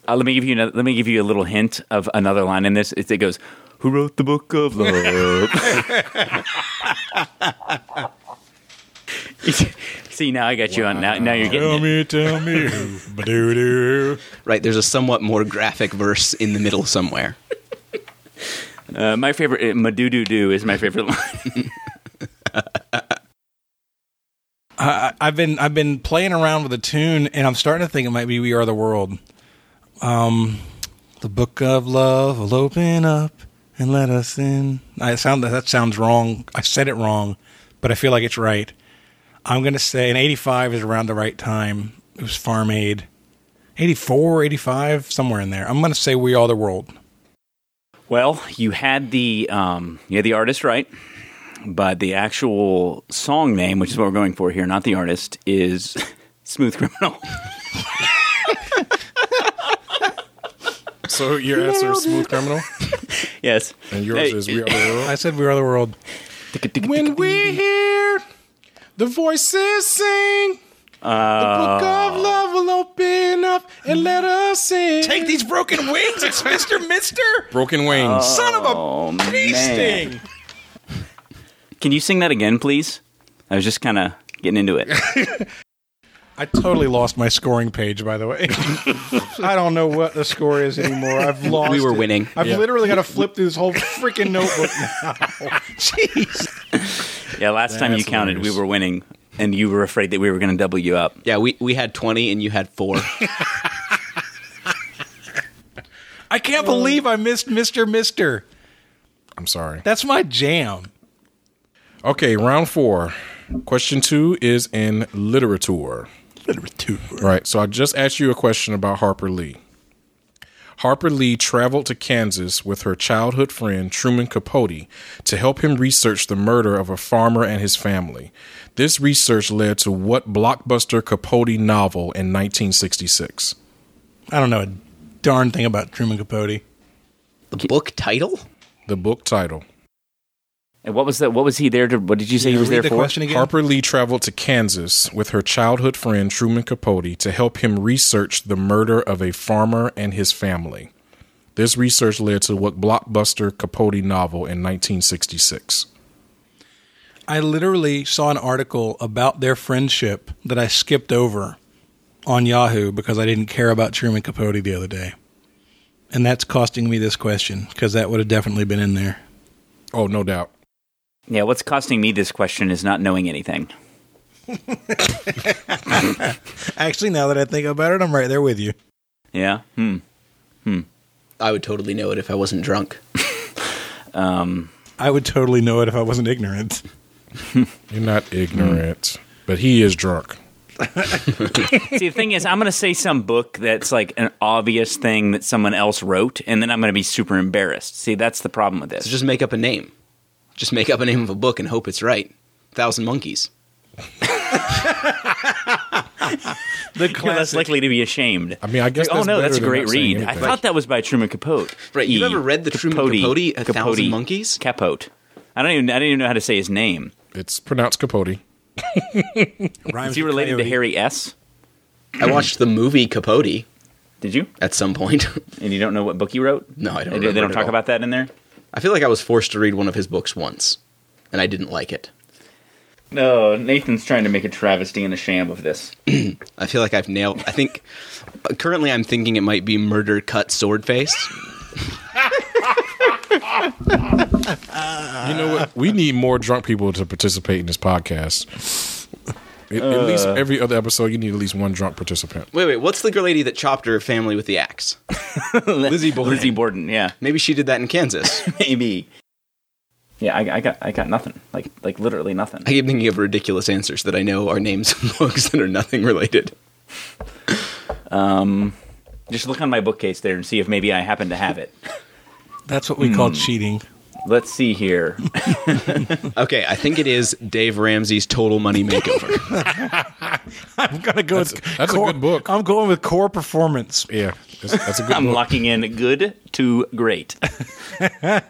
Speaker 3: Uh, let me give you another, let me give you a little hint of another line in this. It, it goes, "Who wrote the book of love?" See, now I got you on. Now, now you're
Speaker 4: Tell
Speaker 3: getting it.
Speaker 4: me, tell me. Ba-doo-doo.
Speaker 1: Right, there's a somewhat more graphic verse in the middle somewhere.
Speaker 3: Uh, my favorite, uh, "Madoo doo is my favorite line.
Speaker 2: I, I- I've been I've been playing around with a tune, and I'm starting to think it might be "We Are the World." Um, the book of love will open up and let us in. I sound that sounds wrong. I said it wrong, but I feel like it's right. I'm gonna say an 85 is around the right time. It was Farm Aid, 84, 85, somewhere in there. I'm gonna say "We Are the World."
Speaker 3: Well, you had the um, you had the artist right, but the actual song name, which is what we're going for here, not the artist, is Smooth Criminal.
Speaker 4: So your answer is Smooth Criminal,
Speaker 3: yes.
Speaker 4: and yours
Speaker 3: Hey,
Speaker 4: is We Are the World.
Speaker 2: I said we are the world.
Speaker 4: When we hear the voices sing, the book
Speaker 2: Oh.
Speaker 4: of love will open up and let us in.
Speaker 2: Take these broken wings. It's Mr. Mister.
Speaker 4: broken wings.
Speaker 2: Son of a
Speaker 3: Oh, man. Can you sing that again, please? I was just kind of getting into it.
Speaker 2: I totally lost my scoring page, by the way. I don't know what the score is anymore. I've lost.
Speaker 1: We were
Speaker 2: it.
Speaker 1: winning.
Speaker 2: I've
Speaker 4: Yeah.
Speaker 2: literally got to flip through this whole freaking notebook now. Jeez.
Speaker 3: Yeah, last time you
Speaker 4: That's
Speaker 3: counted,
Speaker 4: hilarious.
Speaker 3: we were winning, and you were afraid that we were going to double you up.
Speaker 1: Yeah, we, we had 20 and you had four.
Speaker 2: I can't believe I missed Mr. Mister.
Speaker 4: I'm sorry.
Speaker 2: That's my jam.
Speaker 4: Okay, round four. Question two is in literature.
Speaker 2: Literature.
Speaker 4: All Right. So I just asked you a question about Harper Lee. Harper Lee traveled to Kansas with her childhood friend Truman Capote to help him research the murder of a farmer and his family. This research led to what blockbuster Capote novel in 1966?
Speaker 2: I don't know a darn thing about Truman Capote.
Speaker 1: the book title?
Speaker 4: The book title.
Speaker 3: And what was that? What was he there to? What did you say he was
Speaker 2: Read
Speaker 3: there
Speaker 2: the
Speaker 3: for?
Speaker 2: question again.
Speaker 4: Harper Lee traveled to Kansas with her childhood friend Truman Capote to help him research the murder of a farmer and his family. This research led to what blockbuster Capote novel in 1966?
Speaker 2: I literally saw an article about their friendship that I skipped over on Yahoo because I didn't care about Truman Capote the other day. And that's costing me this question because that would have definitely been in there.
Speaker 4: Oh, no doubt.
Speaker 3: Yeah, what's costing me this question is not knowing anything.
Speaker 2: Actually, now that I think about it, I'm right there with you.
Speaker 3: Yeah. Hmm.
Speaker 1: I would totally know it if I wasn't drunk.
Speaker 3: Um,
Speaker 2: I would totally know it if I wasn't ignorant.
Speaker 4: You're not ignorant, but he is drunk.
Speaker 3: see, the thing is, I'm going to say some book that's like an obvious thing that someone else wrote, and then I'm going to be super embarrassed. See, that's the problem with
Speaker 1: So
Speaker 3: this.
Speaker 1: just make up a name. Just make up a name of a book and hope it's right. Thousand Monkeys.
Speaker 3: The You're less likely to be ashamed.
Speaker 4: I mean, I guess
Speaker 3: oh
Speaker 4: that's
Speaker 3: no, that's a
Speaker 4: better
Speaker 3: great
Speaker 4: than not saying
Speaker 3: read. I
Speaker 4: anything.
Speaker 3: thought that was by Truman Capote.
Speaker 1: Right, you've
Speaker 3: E.
Speaker 1: ever read the Truman Capote, A Thousand Monkeys?
Speaker 3: Capote. I don't even. I didn't even know how to say his name.
Speaker 4: It's pronounced Capote.
Speaker 2: Rhymes
Speaker 3: Is he
Speaker 2: with
Speaker 3: related
Speaker 2: coyote.
Speaker 3: to Harry S?
Speaker 1: I watched the movie Capote
Speaker 3: Did you?
Speaker 1: at some point.
Speaker 3: And you don't know what book he wrote?
Speaker 1: No, I don't
Speaker 3: They,
Speaker 1: remember
Speaker 3: they
Speaker 1: it
Speaker 3: don't
Speaker 1: at
Speaker 3: talk
Speaker 1: all.
Speaker 3: about that in there.
Speaker 1: I feel like I was forced to read one of his books once, and I didn't like it.
Speaker 3: No, Nathan's trying to make a travesty and a sham of this.
Speaker 1: I feel like I've nailed. I think currently I'm thinking it might be Murder Cut Sword Face.
Speaker 4: You know what? We need more drunk people to participate in this podcast. At, at least every other episode, you need at least one drunk participant.
Speaker 1: Wait, wait. What's the girl lady that chopped her family with the axe? Lizzie Borden.
Speaker 3: Lizzie Borden, yeah,
Speaker 1: Maybe she did that in Kansas.
Speaker 3: maybe. Yeah, I, I got, I got nothing. Like, like literally nothing.
Speaker 1: I keep thinking of ridiculous answers that I know are names of books that are nothing related.
Speaker 3: Um, just look on my bookcase there and see if maybe I happen to have it.
Speaker 2: That's what we call cheating.
Speaker 3: Let's see here.
Speaker 1: Okay, I think it is Dave Ramsey's Total Money Makeover.
Speaker 2: I'm gonna go. That's, with
Speaker 4: that's a
Speaker 2: core-
Speaker 4: good book.
Speaker 2: I'm going with core performance.
Speaker 4: Yeah, that's, that's a good
Speaker 3: I'm
Speaker 4: book.
Speaker 3: locking in good to great.
Speaker 2: Uh,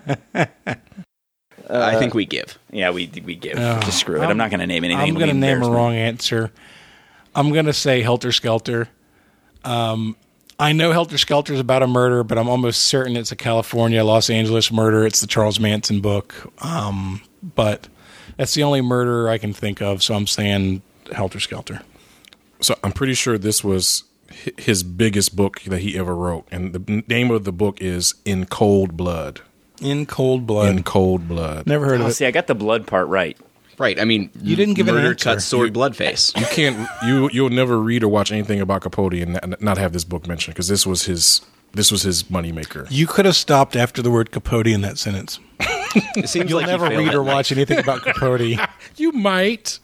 Speaker 1: I think we give.
Speaker 3: Yeah, we we give. just screw it. I'm,
Speaker 2: I'm-
Speaker 3: not going to name anything.
Speaker 2: Oh. I'm
Speaker 3: It'll
Speaker 2: gonna
Speaker 3: be
Speaker 2: name a
Speaker 3: embarrassment.
Speaker 2: wrong answer. I'm gonna say Helter Skelter. Um, I know Helter Skelter is about a murder, but I'm almost certain it's a California, Los Angeles murder. It's the Charles Manson book. Um, but that's the only murder I can think of, so I'm saying Helter Skelter.
Speaker 4: So I'm pretty sure this was hi- his biggest book that he ever wrote, and the n- name of the book is In Cold Blood.
Speaker 2: In cold blood.
Speaker 4: In Cold Blood.
Speaker 2: Never heard
Speaker 3: Oh,
Speaker 2: of it.
Speaker 3: see, I got the blood part right.
Speaker 1: Right. I mean, you
Speaker 2: didn't give an
Speaker 1: murder,
Speaker 2: answer.
Speaker 1: cut, sword, blood face.
Speaker 4: You can't. You you'll never read or watch anything about Capote and n- not have this book mentioned because this was his. This was his moneymaker.
Speaker 2: You could have stopped after the word Capote in that sentence.
Speaker 1: It seems
Speaker 2: You'll
Speaker 1: like
Speaker 2: never
Speaker 1: you failed
Speaker 2: read
Speaker 1: that
Speaker 2: or
Speaker 1: night.
Speaker 2: watch anything about Capote.
Speaker 4: You might.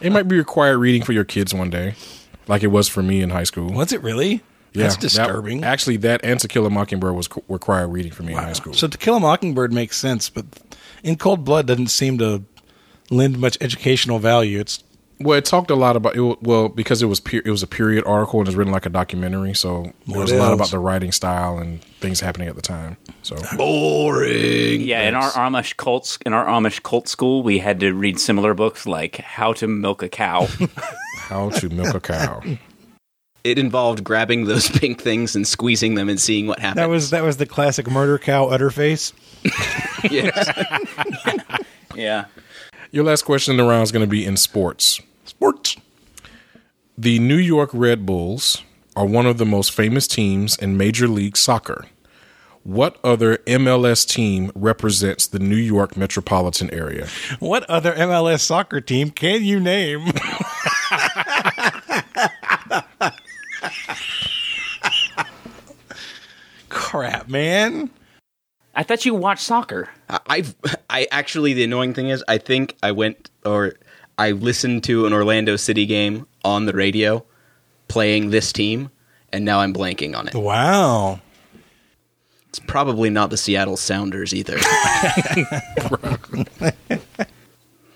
Speaker 4: It might be required reading for your kids one day, like it was for me in high school.
Speaker 2: Was it really?
Speaker 4: Yeah,
Speaker 2: That's
Speaker 4: that-
Speaker 2: disturbing.
Speaker 4: actually, that and To Kill a Mockingbird was co- required reading for me in high school.
Speaker 2: So To Kill a Mockingbird makes sense, but In Cold Blood doesn't seem to lend much educational value. It's
Speaker 4: Well, it talked a lot about it. wa- Well, because it was per- it was a period article and it's written like a documentary, so there was a lot
Speaker 6: else?
Speaker 4: about the writing style and things happening at the time. So
Speaker 1: Boring.
Speaker 3: Yeah, in our Amish cults, in our Amish cult school, we had to read similar books like How to Milk a Cow.
Speaker 4: how to milk a cow?
Speaker 1: It involved grabbing those pink things and squeezing them and seeing what happened.
Speaker 2: That was that was the classic murder cow utterface.
Speaker 1: yes.
Speaker 3: yeah.
Speaker 4: Your last question in the round is going to be in sports. Sports. The New York Red Bulls are one of the most famous teams in Major League Soccer. What other MLS team represents the New York metropolitan area?
Speaker 2: What other MLS soccer team can you name? Crap, man.
Speaker 3: I thought you watched soccer.
Speaker 1: I- I've I actually the annoying thing is I think I went or I listened to an Orlando City game on the radio playing this team and now I'm blanking
Speaker 2: Oh.
Speaker 1: on it.
Speaker 2: Wow.
Speaker 1: It's probably not the Seattle Sounders either.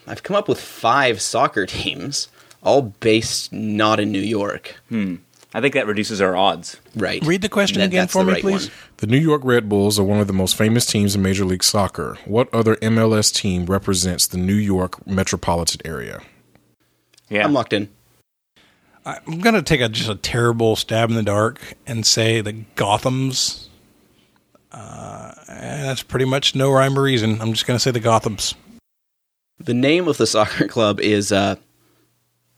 Speaker 1: I've come up with 5 soccer teams all based not in New York.
Speaker 3: Hmm. I think that reduces our odds.
Speaker 1: Right.
Speaker 2: Read the question
Speaker 1: That-
Speaker 2: again
Speaker 1: that's
Speaker 2: for
Speaker 1: the
Speaker 2: me,
Speaker 1: right
Speaker 2: please.
Speaker 1: one.
Speaker 4: The New York Red Bulls are one of the most famous teams in Major League Soccer. What other MLS team represents the New York metropolitan area?
Speaker 3: Yeah.
Speaker 1: I'm locked in.
Speaker 2: I'm gonna take a just a terrible stab in the dark and say the Gotham's. Uh, eh, that's pretty much no rhyme or reason. I'm just gonna say the Gotham's.
Speaker 1: The name of the soccer club is uh,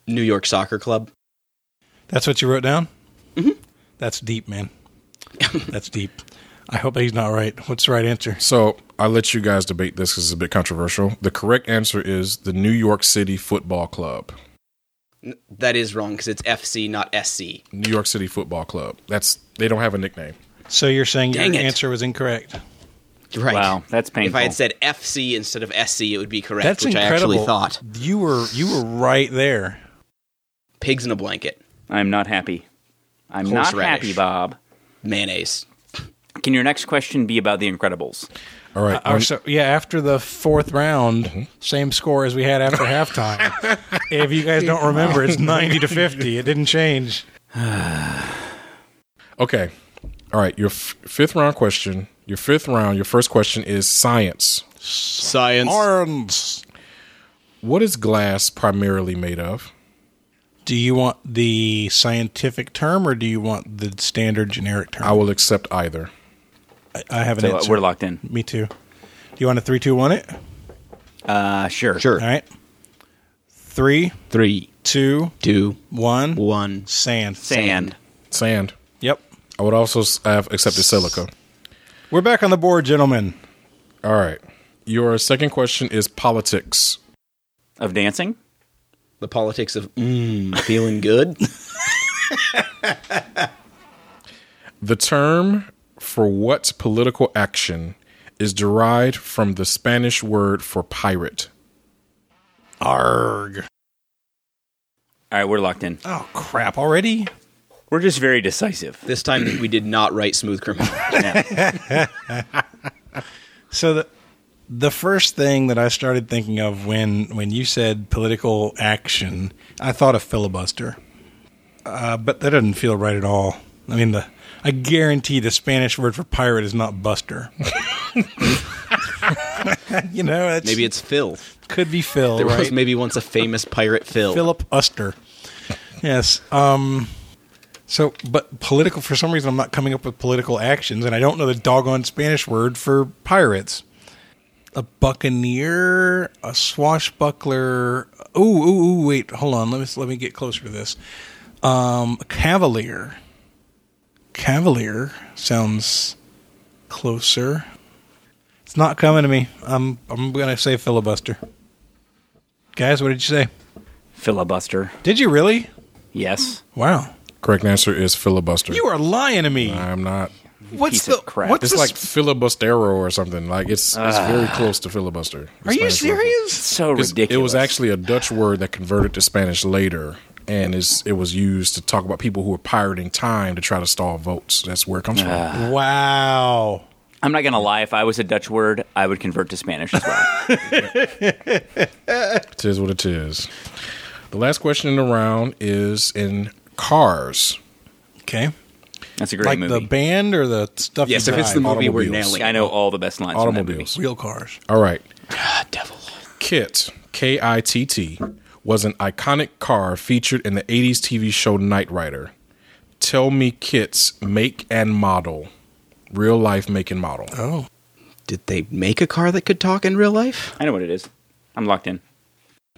Speaker 1: New York Soccer Club.
Speaker 2: That's what you wrote down. Mm-hmm. That's deep, man. that's deep. I hope he's not right. What's the right answer?
Speaker 4: So I'll let you guys debate this because it's a bit controversial. The correct answer is the New York City Football Club.
Speaker 1: N- That is wrong because it's FC, not SC.
Speaker 4: New York City Football Club. That's they don't have a nickname.
Speaker 2: So you're saying
Speaker 1: Dang
Speaker 2: your
Speaker 1: it.
Speaker 2: answer was incorrect.
Speaker 1: Right.
Speaker 3: Wow, that's painful.
Speaker 1: If I had said FC instead of SC, it would be correct,
Speaker 2: That's
Speaker 1: which
Speaker 2: incredible.
Speaker 1: I actually thought.
Speaker 2: You were you were right there.
Speaker 1: Pigs in a blanket,
Speaker 3: I'm not happy. I'm not
Speaker 1: Horseradish.
Speaker 3: happy, Bob.
Speaker 1: mayonnaise.
Speaker 3: Can your next question be about the Incredibles?
Speaker 4: All right.
Speaker 2: Or Uh, so, yeah, after the fourth round, same score as we had after halftime. if you guys don't remember, it's ninety to fifty. It didn't change.
Speaker 4: okay. All right. Your f- fifth round question. Your fifth round. Your first question is science.
Speaker 1: Science.
Speaker 2: Arms.
Speaker 4: What is glass primarily made of?
Speaker 2: Do you want the scientific term or do you want the standard generic term?
Speaker 4: I will accept either.
Speaker 2: I, I have an
Speaker 3: So uh,
Speaker 2: answer.
Speaker 3: we're locked in.
Speaker 2: Me too. Do you want a three, two, one? It.
Speaker 3: Uh, sure.
Speaker 1: Sure.
Speaker 2: All right. Three,
Speaker 1: Three,
Speaker 2: two,
Speaker 1: two,
Speaker 2: one.
Speaker 1: one.
Speaker 2: Sand.
Speaker 3: Sand.
Speaker 4: Sand.
Speaker 2: Yep.
Speaker 4: I would also s- I have accepted silica.
Speaker 2: We're back on the board, gentlemen.
Speaker 4: All right. Your second question is politics.
Speaker 3: Of dancing?
Speaker 1: The politics of mm, feeling good.
Speaker 4: The term for what political action is derived from the Spanish word for pirate?
Speaker 2: Arg.
Speaker 3: All right, we're locked in.
Speaker 2: Oh, crap. Already?
Speaker 3: We're just very decisive.
Speaker 1: this time we did not write smooth criminal.
Speaker 2: So the the first thing that I started thinking of when when you said political action, I thought of filibuster, uh, but that doesn't feel right at all. I mean, the I guarantee the Spanish word for pirate is not buster. you know, that's,
Speaker 1: Maybe it's Phil.
Speaker 2: could be Phil.
Speaker 1: There was
Speaker 2: right?
Speaker 1: maybe once a famous pirate Phil.
Speaker 2: Philip Uster. Yes. Um, so, but political, for some reason, I'm not coming up with political actions, and I don't know the doggone Spanish word for pirates. A buccaneer, a swashbuckler. Ooh, ooh, ooh, wait, hold on. Let me, let me get closer to this. Um, a cavalier. Cavalier sounds closer. It's not coming to me. I'm, I'm going to say filibuster. Guys, what did you say?
Speaker 3: Filibuster.
Speaker 2: Did you really?
Speaker 3: Yes.
Speaker 2: Wow.
Speaker 4: Correct answer is filibuster.
Speaker 2: You are lying to me.
Speaker 4: I'm not.
Speaker 2: What's
Speaker 3: piece
Speaker 2: the
Speaker 3: of crap.
Speaker 2: what's
Speaker 4: It's
Speaker 2: the-
Speaker 4: like filibustero or something. Like it's it's very close to filibuster. the
Speaker 2: Ah. Are you
Speaker 4: Spanish word.
Speaker 2: serious?
Speaker 3: So
Speaker 4: It's-
Speaker 3: ridiculous.
Speaker 4: It was actually a Dutch word that converted to Spanish later, and is it was used to talk about people who were pirating time to try to stall votes. That's where it comes from.
Speaker 2: Wow.
Speaker 3: I'm not going to lie. If I was a Dutch word, I would convert to Spanish as well.
Speaker 4: It is what it is. The last question in the round is in Cars.
Speaker 2: Okay.
Speaker 3: That's a great
Speaker 2: like
Speaker 3: movie.
Speaker 2: the band or the stuff.
Speaker 1: Yes,
Speaker 2: you
Speaker 1: if it's the
Speaker 2: drive?
Speaker 1: movie we're
Speaker 4: Automobiles.
Speaker 1: nailing.
Speaker 3: I know all the best lines. from that movie.
Speaker 4: Automobiles.
Speaker 2: Real cars.
Speaker 4: All right.
Speaker 1: Ah, devil.
Speaker 4: Kit, K I T T, was an iconic car featured in the 80s TV show Knight Rider. Tell me Kit's make and model. Real life make and model.
Speaker 2: Oh,
Speaker 1: Did they make a car that could talk in real life?
Speaker 3: I know what it is. I'm locked in.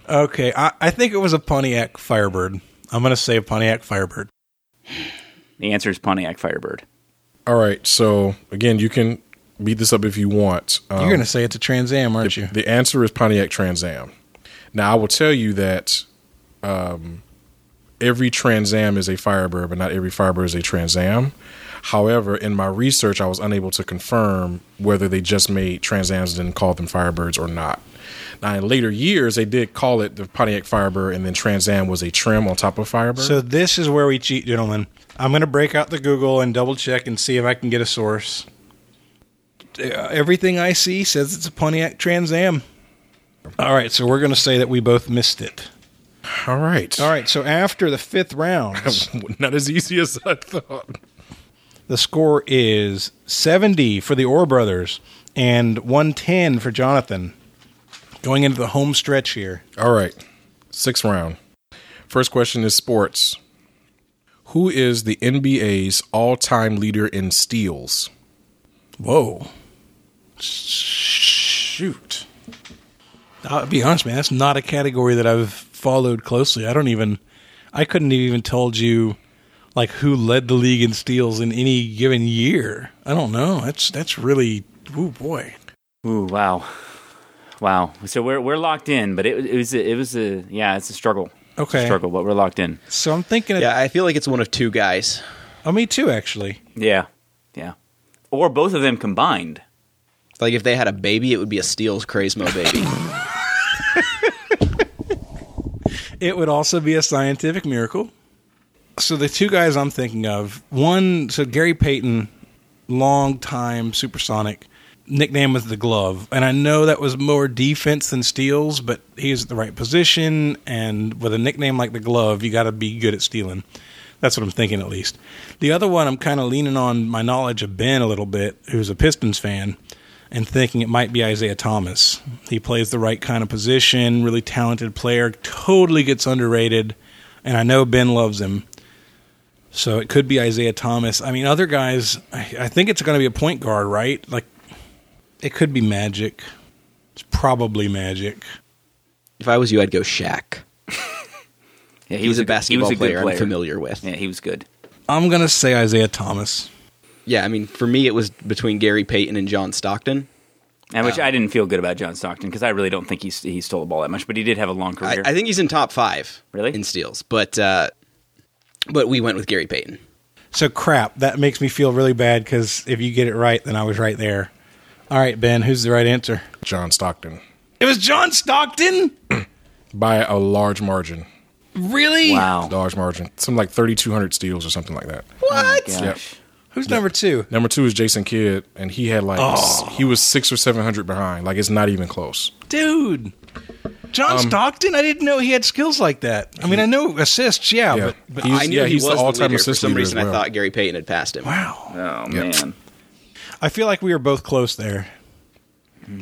Speaker 2: okay. I, I think it was a Pontiac Firebird. I'm gonna say a Pontiac Firebird.
Speaker 3: The answer is Pontiac Firebird.
Speaker 4: All right. So, again, you can beat this up if you want. Um,
Speaker 2: You're gonna say it's a Trans Am, aren't you?
Speaker 4: The answer is Pontiac Trans Am. Now, I will tell you that um, every Trans Am is a Firebird, but not every Firebird is a Trans Am. However, in my research, I was unable to confirm whether they just made Trans Ams and called them Firebirds or not. Now, in later years, they did call it the Pontiac Firebird, and then Trans Am was a trim on top of Firebird.
Speaker 2: So this is where we cheat, gentlemen. I'm going to break out the Google and double check and see if I can get a source. Uh, Everything I see says it's a Pontiac Trans Am. All right, so we're going to say that we both missed it.
Speaker 4: all right.
Speaker 2: All right, so after the fifth round,
Speaker 4: Not as easy as I thought.
Speaker 2: the score is 70 for the Orr brothers and 110 for Jonathan. Going into the home stretch here.
Speaker 4: All right. Sixth round. First question is sports. Who is the NBA's all time leader in steals?
Speaker 2: Whoa. Shoot. I'll be honest, man. That's not a category that I've followed closely. I don't even, I couldn't have even told you, like who led the league in steals in any given year. I don't know. That's that's really, oh boy.
Speaker 3: Ooh, wow, wow. So we're we're locked in, but it, it was a, it was a yeah, it's a struggle. It's a
Speaker 2: Okay.
Speaker 3: struggle, but we're locked in.
Speaker 2: So I'm thinking, of,
Speaker 1: Yeah, I feel like it's one of two guys.
Speaker 2: oh, me too, actually.
Speaker 3: Yeah, yeah. Or both of them combined.
Speaker 1: Like if they had a baby, it would be a Steels Crazmo baby.
Speaker 2: It would also be a scientific miracle. So the two guys I'm thinking of, one, so Gary Payton, long time supersonic, nickname was the glove. And I know that was more defense than steals, but he was at the right position. And with a nickname like the glove, you got to be good at stealing. That's what I'm thinking, at least. The other one, I'm kind of leaning on my knowledge of Ben a little bit, who's a Pistons fan, and thinking it might be Isaiah Thomas. He plays the right kind of position, really talented player, totally gets underrated. And I know Ben loves him. So it could be Isaiah Thomas. I mean, other guys, I, I think it's going to be a point guard, right? Like, it could be Magic. It's probably Magic.
Speaker 1: if I was you, I'd go Shaq.
Speaker 3: Yeah, he
Speaker 1: He's a
Speaker 3: good- he
Speaker 1: basketball
Speaker 3: was a good
Speaker 1: player, I'm familiar with.
Speaker 3: Yeah, he was good.
Speaker 2: I'm going to say Isaiah Thomas.
Speaker 1: Yeah, I mean, for me, it was between Gary Payton and John Stockton.
Speaker 3: And
Speaker 1: Uh,
Speaker 3: which I didn't feel good about John Stockton because I really don't think he s- he stole the ball that much, but he did have a long
Speaker 1: I,
Speaker 3: career.
Speaker 1: I think he's in top five,
Speaker 3: Really?
Speaker 1: in steals. But uh, but we went with Gary Payton.
Speaker 2: So crap, that makes me feel really bad because if you get it right, then I was right there. All right, Ben, who's the right answer?
Speaker 4: John Stockton.
Speaker 2: It was John Stockton?
Speaker 4: By a large margin.
Speaker 2: Really?
Speaker 3: wow.
Speaker 4: Large margin. Some like 3,200 steals or something like that.
Speaker 2: What?
Speaker 3: Oh Gosh.
Speaker 2: Who's number two?
Speaker 4: Number two is Jason Kidd, and he had like, s- he was six or 700 behind. Like, it's not even close.
Speaker 2: Dude. John Stockton? I didn't know he had skills like that. I mean, I know assists, yeah,
Speaker 4: Yeah.
Speaker 2: but, but
Speaker 4: He's-
Speaker 1: I knew
Speaker 4: yeah,
Speaker 1: he
Speaker 4: he's
Speaker 1: was
Speaker 4: the
Speaker 1: the
Speaker 4: all-time
Speaker 1: leader. For
Speaker 4: assist
Speaker 1: some
Speaker 4: leader as
Speaker 1: reason, I
Speaker 4: well.
Speaker 1: thought Gary Payton had passed him.
Speaker 2: wow.
Speaker 3: Oh
Speaker 4: Yep.
Speaker 3: man.
Speaker 2: I feel like we were both close there,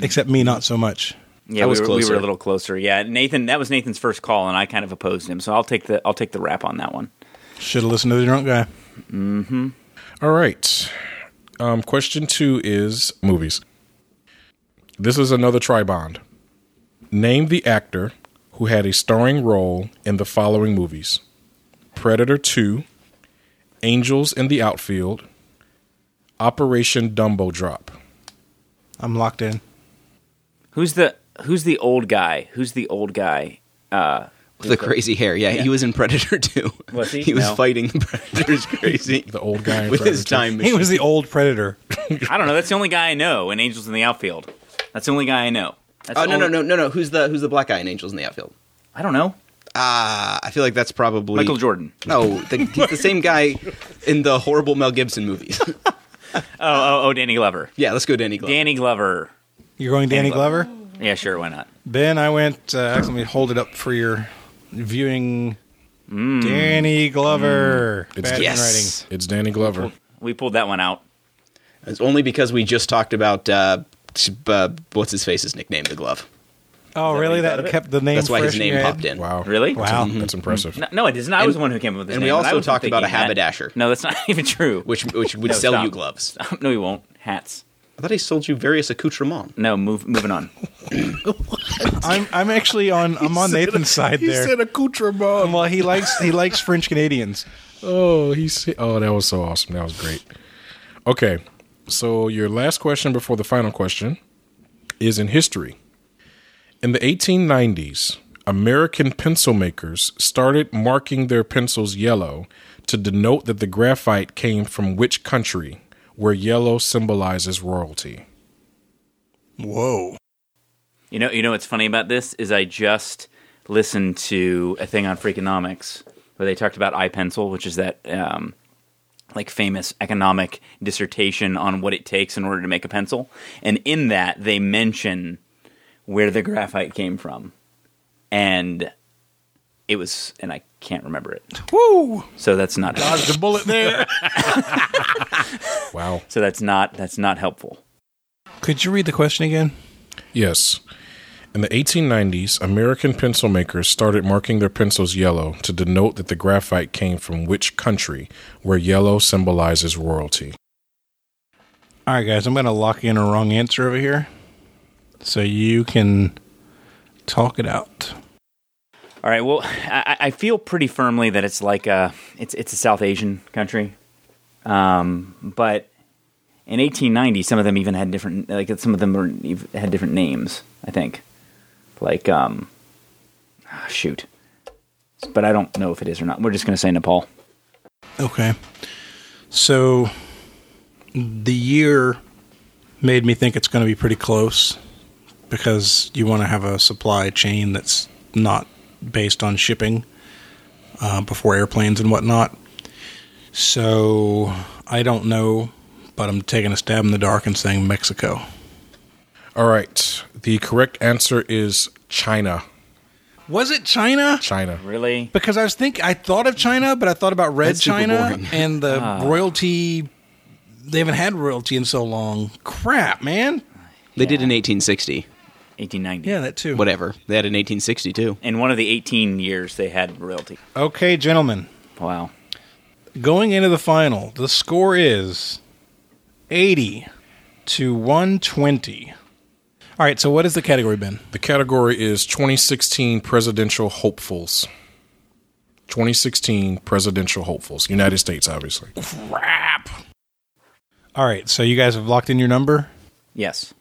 Speaker 2: except me, not so much.
Speaker 3: Yeah,
Speaker 1: I was
Speaker 3: we, were, we were
Speaker 1: closer.
Speaker 3: a little closer. Yeah, Nathan, that was Nathan's first call, and I kind of opposed him. So I'll take the I'll take the rap on that one.
Speaker 2: Should have listened to the drunk guy.
Speaker 4: All right. Um, question two is movies. This is another tribond. Name the actor who had a starring role in the following movies Predator 2, Angels in the Outfield, Operation Dumbo Drop.
Speaker 2: I'm locked in.
Speaker 3: Who's the Who's the old guy? Who's the old guy? Uh,
Speaker 1: With the crazy hair. Yeah, he was in Predator too.
Speaker 3: Was he?
Speaker 1: He was
Speaker 3: No.
Speaker 1: fighting the Predators crazy.
Speaker 4: The old guy in
Speaker 1: with his
Speaker 4: Predator 2.
Speaker 1: time
Speaker 2: He
Speaker 1: machine.
Speaker 2: was the old predator.
Speaker 3: I don't know. That's the only guy I know in Angels in the Outfield. That's the only guy I know. That's
Speaker 1: Oh
Speaker 3: the
Speaker 1: no
Speaker 3: only-
Speaker 1: no no no no! Who's the who's the black guy in Angels in the Outfield?
Speaker 3: I don't know.
Speaker 1: Ah, I feel like that's probably
Speaker 3: Michael Jordan.
Speaker 1: No, the, he's the same guy in the horrible Mel Gibson movies.
Speaker 3: Oh, oh, oh, Danny Glover.
Speaker 1: yeah, let's go Danny Glover.
Speaker 3: Danny Glover.
Speaker 2: You're going Danny
Speaker 3: Glover.
Speaker 2: Glover?
Speaker 3: Yeah, sure. Why not?
Speaker 2: Ben, I went. Uh, actually, let me hold it up for your viewing
Speaker 1: Mm.
Speaker 2: Danny Glover.
Speaker 4: It's-
Speaker 2: Batman
Speaker 1: Yes.
Speaker 4: It's Danny Glover.
Speaker 3: We pulled that one out.
Speaker 1: It's only because we just talked about uh, t- uh, what's his face's nickname, the glove.
Speaker 2: writing. Oh,
Speaker 3: what
Speaker 2: really?
Speaker 3: you
Speaker 2: That
Speaker 3: thought of
Speaker 2: kept the name.
Speaker 1: That's why
Speaker 2: fresh
Speaker 1: his name
Speaker 2: your head?
Speaker 1: popped in.
Speaker 4: Wow.
Speaker 3: Really?
Speaker 2: Wow.
Speaker 1: Mm-hmm.
Speaker 4: That's impressive.
Speaker 3: No, no, it is not. I was the one who came up with this.
Speaker 1: and we
Speaker 3: name,
Speaker 1: also
Speaker 3: I wasn't
Speaker 1: talked about
Speaker 3: thinking
Speaker 1: a
Speaker 3: that.
Speaker 1: haberdasher.
Speaker 3: No, that's not even true.
Speaker 1: Which which would
Speaker 3: No,
Speaker 1: sell
Speaker 3: stop.
Speaker 1: you gloves.
Speaker 3: no, he won't. Hats.
Speaker 1: I thought he sold you various accoutrements.
Speaker 3: No, move, moving on.
Speaker 2: I'm I'm actually on I'm on Nathan's side there.
Speaker 4: accoutrement.
Speaker 2: well, he likes he likes French Canadians.
Speaker 4: Oh, he said, oh, that was so awesome. That was great. Okay. So, your last question before the final question is in history. In the 1890s, American pencil makers started marking their pencils yellow to denote that the graphite came from which country, where yellow symbolizes royalty.
Speaker 2: Whoa.
Speaker 3: You know, you know what's funny about this is I just listened to a thing on Freakonomics where they talked about iPencil, which is that um, like famous economic dissertation on what it takes in order to make a pencil, and in that they mention where the graphite came from, and it was, and I can't remember it.
Speaker 2: Woo.
Speaker 3: So that's not
Speaker 4: The bullet there. wow.
Speaker 3: so that's not that's not helpful.
Speaker 2: Could you read the question again?
Speaker 4: Yes. In the 1890s, American pencil makers started marking their pencils yellow to denote that the graphite came from which country, where yellow symbolizes royalty.
Speaker 2: All right, guys, I'm going to lock in a wrong answer over here so you can talk it out.
Speaker 3: All right. Well, I, I feel pretty firmly that it's like a it's it's a South Asian country, um, but in 1890, some of them even had different like some of them were, ev- had different names. I think, like um, ah, shoot, but I don't know if it is or not. We're just gonna say Nepal.
Speaker 2: Okay. So the year made me think it's going to be pretty close because you want to have a supply chain that's not based on shipping uh, before airplanes and whatnot. So I don't know, but I'm taking a stab in the dark and saying Mexico.
Speaker 4: All right. The correct answer is China.
Speaker 2: Was it China?
Speaker 4: China.
Speaker 3: Really?
Speaker 2: Because I was think I thought of China, but I thought about Red
Speaker 1: That's super
Speaker 2: China
Speaker 1: boring.
Speaker 2: and the royalty. They haven't had royalty in so long. Crap, man.
Speaker 1: They did in 1860,
Speaker 3: 1890.
Speaker 2: Yeah, that too.
Speaker 1: whatever. They had in 1860 too.
Speaker 3: In one of the 18 years, they had royalty.
Speaker 2: Okay, gentlemen.
Speaker 3: Wow.
Speaker 2: Going into the final, the score is 80 to 120. All right, so what is the category, Ben?
Speaker 4: The category is 2016 presidential hopefuls. 2016 presidential hopefuls. United States, obviously.
Speaker 2: All right, so you guys have locked in your number.
Speaker 3: Yes.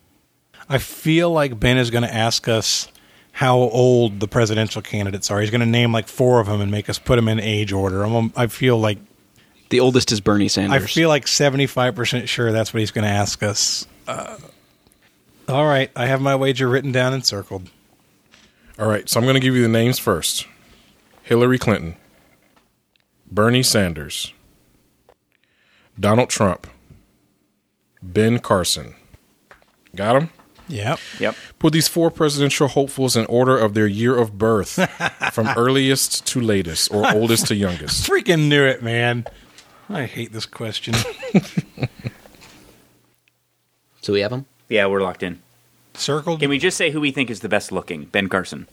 Speaker 2: I feel like Ben is going to ask us how old the presidential candidates are. He's going to name like four of them and make us put them in age order. I'm, um, I feel like
Speaker 1: The oldest is Bernie
Speaker 2: I
Speaker 1: Sanders.
Speaker 2: feel like 75% sure that's what he's going to ask us. Uh, all right, I have my wager written down and circled.
Speaker 4: All right, so I'm going to give you the names first Hillary Clinton, Bernie Sanders, Donald Trump, Ben Carson. Got him?
Speaker 2: Yep.
Speaker 3: Yep.
Speaker 4: Put these four presidential hopefuls in order of their year of birth, from earliest to latest, or oldest to youngest.
Speaker 2: Freaking knew it, man. I hate this question.
Speaker 1: so we have them.
Speaker 3: Yeah, we're locked in.
Speaker 2: circled?
Speaker 3: Can we just say who we think is the best looking? Ben Carson.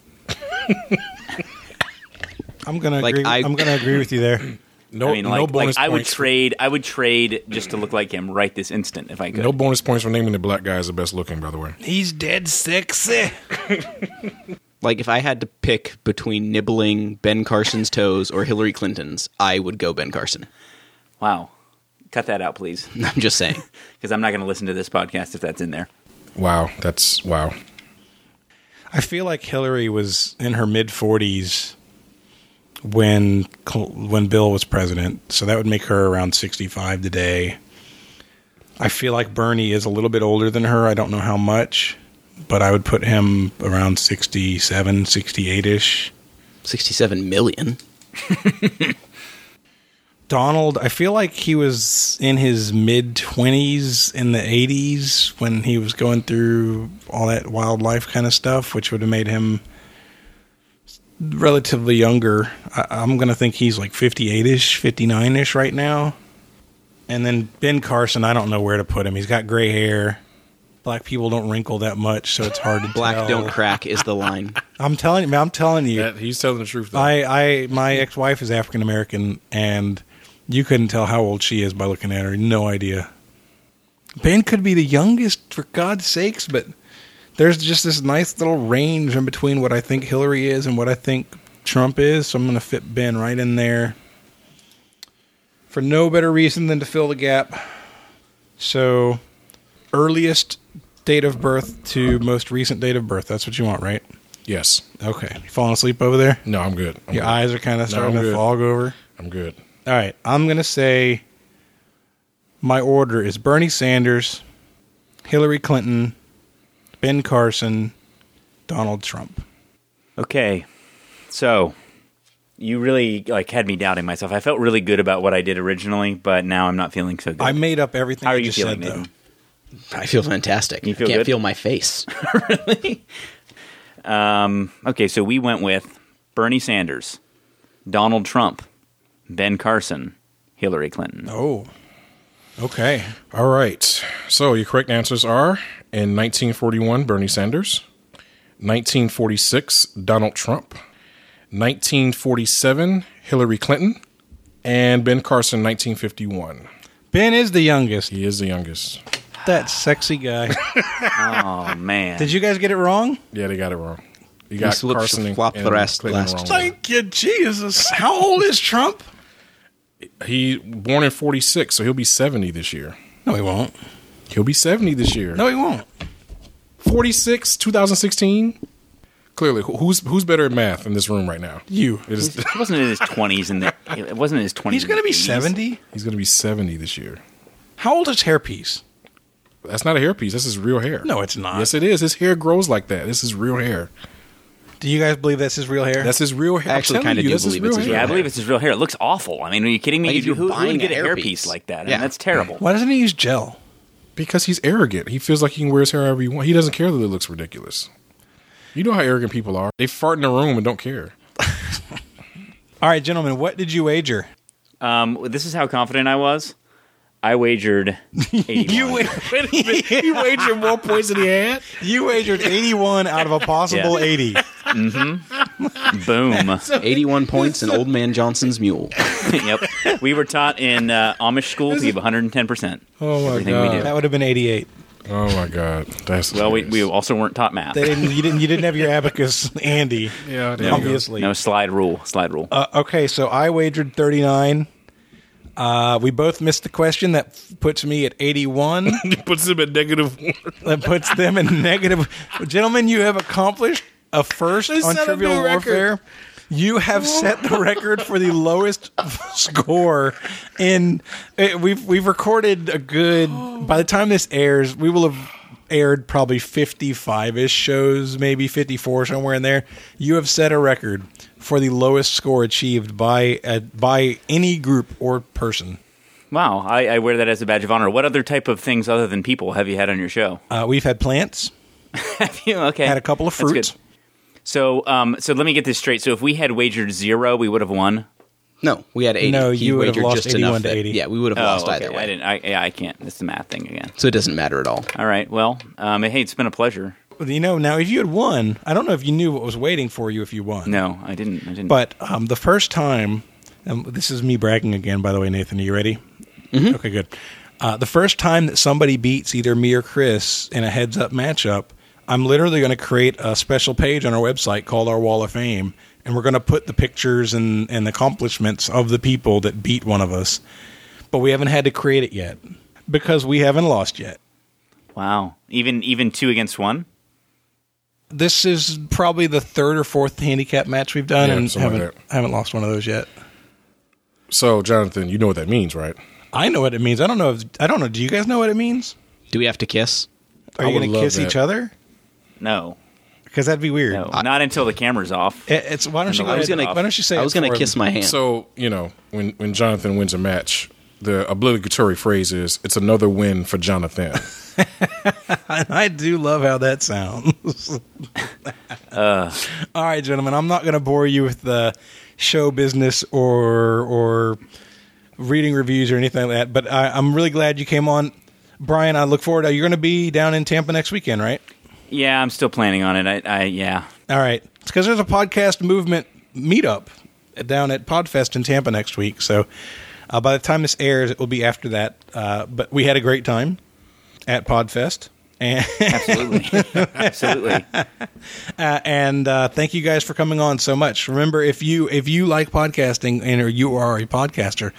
Speaker 2: I'm going
Speaker 1: Like,
Speaker 2: to agree.
Speaker 1: I-
Speaker 2: I'm going to agree with you there.
Speaker 4: No,
Speaker 3: I mean, like,
Speaker 4: Oh, no bonus
Speaker 3: like I would
Speaker 4: points.
Speaker 3: trade. I would trade just to look like him right this instant if I could.
Speaker 4: no bonus points for naming the black guy as the best looking, by the way.
Speaker 2: He's dead sexy.
Speaker 1: Like if I had to pick between nibbling Ben Carson's toes or Hillary Clinton's, I would go Ben Carson.
Speaker 3: Wow. Cut that out, please,
Speaker 1: I'm just saying.
Speaker 3: because I'm not going to listen to this podcast if that's in there.
Speaker 4: Wow, that's wow.
Speaker 2: I feel like Hillary was in her mid 40s when Cl- when Bill was president, so that would make her around 65 today. I feel like Bernie is a little bit older than her. I don't know how much, but I would put him around 67, 68ish.
Speaker 1: 67 million.
Speaker 2: Donald, I feel like he was in his mid 20s in the 80s when he was going through all that wildlife kind of stuff, which would have made him relatively younger. I, I'm going to think he's like 58 ish, 59 ish right now. And then Ben Carson, I don't know where to put him. He's got gray hair. Black people don't wrinkle that much, so it's hard to
Speaker 1: Black
Speaker 2: tell.
Speaker 1: don't crack is the line.
Speaker 2: I'm telling you, man, I'm telling you.
Speaker 4: That, he's telling the truth. Though.
Speaker 2: I, I, my ex-wife is African American, and you couldn't tell how old she is by looking at her. No idea. Ben could be the youngest, for God's sakes, but there's just this nice little range in between what I think Hillary is and what I think Trump is. So I'm going to fit Ben right in there for no better reason than to fill the gap. So, earliest date of birth to most recent date of birth. That's what you want, right?
Speaker 4: yes.
Speaker 2: Okay. Falling asleep over there?
Speaker 4: No, I'm good. I'm
Speaker 2: Your
Speaker 4: good.
Speaker 2: eyes are kind of starting
Speaker 4: I'm
Speaker 2: to
Speaker 4: good.
Speaker 2: fog over.
Speaker 4: I'm good.
Speaker 2: All right, I'm going to say my order is Bernie Sanders, Hillary Clinton, Ben Carson, Donald Trump.
Speaker 3: Okay. So you really like had me doubting myself. I felt really good about what I did originally, but now I'm not feeling so good.
Speaker 2: I made up everything
Speaker 3: How are
Speaker 2: I
Speaker 3: you
Speaker 2: just
Speaker 3: feeling,
Speaker 2: said, though.
Speaker 3: Nathan?
Speaker 1: I feel fantastic.
Speaker 3: You feel
Speaker 1: I can't
Speaker 3: good?
Speaker 1: feel my face.
Speaker 3: okay, so we went with Bernie Sanders, Donald Trump, Ben Carson, Hillary Clinton.
Speaker 2: Oh, okay.
Speaker 4: All right. So your correct answers are in 1941, Bernie Sanders. 1946, Donald Trump. 1947, Hillary Clinton. And Ben Carson, 1951.
Speaker 2: Ben is the youngest.
Speaker 4: He is the youngest.
Speaker 2: That sexy guy.
Speaker 3: Oh man.
Speaker 2: Did you guys get it wrong?
Speaker 4: Yeah, they got it wrong. You got
Speaker 1: slipped
Speaker 4: Carson and,
Speaker 1: flop the
Speaker 4: and
Speaker 1: rest-
Speaker 4: Clinton
Speaker 1: last
Speaker 4: wrong.
Speaker 2: Thank you, Jesus. How old is Trump?
Speaker 4: He born in 46, so he'll be 70 this year.
Speaker 2: No, he won't.
Speaker 4: He'll be 70 this year.
Speaker 2: No, he won't.
Speaker 4: 46, 2016. Clearly, who- who's who's better at math in this room right now?
Speaker 2: You.
Speaker 4: It is,
Speaker 3: He wasn't in his twenties and it wasn't in his twenties.
Speaker 2: He's going to be 70.
Speaker 4: he's going to be 70 this year.
Speaker 2: How old is Hairpiece?
Speaker 4: That's not a hairpiece. That's his real hair.
Speaker 2: No, it's not.
Speaker 4: Yes, it is. His hair grows like that. This is real hair.
Speaker 2: Do you guys believe that's his real hair?
Speaker 4: That's his real hair.
Speaker 1: I
Speaker 4: I'm
Speaker 1: actually
Speaker 4: telling
Speaker 1: kinda
Speaker 4: you,
Speaker 1: do
Speaker 4: that's
Speaker 1: believe
Speaker 4: his
Speaker 1: it's
Speaker 4: real
Speaker 1: his
Speaker 4: hair.
Speaker 3: Yeah, I believe it's his real hair. It looks awful. I mean, are you kidding me?
Speaker 1: Like, if
Speaker 3: You-
Speaker 1: you're
Speaker 3: who, who
Speaker 1: buying
Speaker 3: would get
Speaker 1: a
Speaker 3: a
Speaker 1: hairpiece.
Speaker 3: hairpiece like that? I mean,
Speaker 1: Yeah.
Speaker 3: that's terrible.
Speaker 2: Why doesn't he use gel?
Speaker 4: because he's arrogant. He feels like he can wear his hair however he wants. He doesn't care that it looks ridiculous. You know how arrogant people are. They fart in the room and don't care.
Speaker 2: All right, gentlemen, what did you wager?
Speaker 3: Um, this is how confident I was. I wagered. 81.
Speaker 4: he wagered more points than he had.
Speaker 2: You wagered 81 out of a possible
Speaker 3: Yeah.
Speaker 2: 80.
Speaker 3: Boom.
Speaker 1: 81 points and Old Man Johnson's mule.
Speaker 3: yep. We were taught in uh, Amish school to give 110 percent.
Speaker 4: Oh my
Speaker 3: Everything we
Speaker 4: god.
Speaker 3: do.
Speaker 2: That would have been 88.
Speaker 4: Oh my god. That's
Speaker 3: Well, we, we
Speaker 4: hilarious.
Speaker 3: also weren't taught math.
Speaker 2: They didn't, you didn't you didn't have your abacus handy,
Speaker 4: yeah. there you go.
Speaker 2: obviously.
Speaker 3: No slide rule. Slide rule.
Speaker 2: Uh, okay, so I wagered 39. Uh, we both missed the question. That f- puts me at 81.
Speaker 4: puts him at negative one.
Speaker 2: that puts them in negative. Gentlemen, you have accomplished a first on
Speaker 4: set a
Speaker 2: Trivial
Speaker 4: new record.
Speaker 2: Warfare. You have set the record for the lowest score in. eh, We've we've recorded a good. By the time this airs, we will have aired probably fifty five ish shows, maybe fifty four somewhere in there. You have set a record for the lowest score achieved by a, by any group or person.
Speaker 3: wow. I, I wear that as a badge of honor. What other type of things other than people have you had on your show?
Speaker 2: Uh, we've had plants,
Speaker 3: Yeah, okay.
Speaker 2: had a couple of
Speaker 3: That's good.
Speaker 2: fruits.
Speaker 3: So, um, so let me get this straight. So, if we had wagered zero, we would have won.
Speaker 1: No, we had 80.
Speaker 2: No,
Speaker 1: He
Speaker 2: you would have
Speaker 1: wagered
Speaker 2: lost
Speaker 1: just
Speaker 2: 81
Speaker 1: enough
Speaker 2: to
Speaker 1: that-
Speaker 2: 80.
Speaker 1: yeah, we would have
Speaker 3: Oh,
Speaker 1: lost
Speaker 3: okay.
Speaker 1: either way.
Speaker 3: I didn't. I, yeah, I can't. It's the math thing again.
Speaker 1: So it doesn't matter at all.
Speaker 3: All right. Well, um, hey, it's been a pleasure.
Speaker 2: You know, now if you had won, I don't know if you knew what was waiting for you if you won.
Speaker 3: No, I didn't. I didn't.
Speaker 2: But um, the first time, um, this is me bragging again, by the way, Nathan, are you ready? Okay, good. Uh, the first time that somebody beats either me or Chris in a heads up matchup, I'm literally going to create a special page on our website called Our Wall of Fame. And we're going to put the pictures and, and accomplishments of the people that beat one of us. But we haven't had to create it yet because we haven't lost yet.
Speaker 3: wow, even even two against one.
Speaker 2: this is probably the third or fourth handicap match we've done,
Speaker 4: Yeah,
Speaker 2: and
Speaker 4: something
Speaker 2: haven't
Speaker 4: like that.
Speaker 2: haven't lost one of those yet.
Speaker 4: So, Jonathan, you know what that means, right?
Speaker 2: I know what it means. I don't know. If, I don't know. Do you guys know what it means?
Speaker 1: Do we have to kiss?
Speaker 2: Are
Speaker 4: I
Speaker 2: you
Speaker 4: would
Speaker 2: going to
Speaker 4: love
Speaker 2: kiss
Speaker 4: that.
Speaker 2: each other?
Speaker 3: No,
Speaker 2: Because that'd be weird.
Speaker 3: no, not until the camera's off.
Speaker 2: It- it's why don't you?
Speaker 3: No,
Speaker 2: Go
Speaker 3: I
Speaker 2: ahead,
Speaker 3: was
Speaker 1: gonna-
Speaker 2: why don't you say?
Speaker 1: I
Speaker 2: it
Speaker 1: was going
Speaker 2: for
Speaker 1: to kiss
Speaker 2: him?
Speaker 1: my hand.
Speaker 4: So, you know, when, when Jonathan wins a match, the obligatory phrase is, it's another win for Jonathan.
Speaker 2: I do love how that sounds.
Speaker 1: Uh.
Speaker 2: All right, gentlemen, I'm not going to bore you with the show business or or reading reviews or anything like that. But I, I'm really glad you came on, Brian. I look forward. You're going to be down in Tampa next weekend, right?
Speaker 3: Yeah, I'm still planning on it. I, I yeah.
Speaker 2: All right. It's because there's a podcast movement meetup down at Podfest in Tampa next week. So uh, by the time this airs, it will be after that. Uh, but we had a great time at Podfest. And,
Speaker 3: Absolutely. Absolutely.
Speaker 2: uh, and uh, thank you guys for coming on so much. Remember, if you if you like podcasting and or you are a podcaster,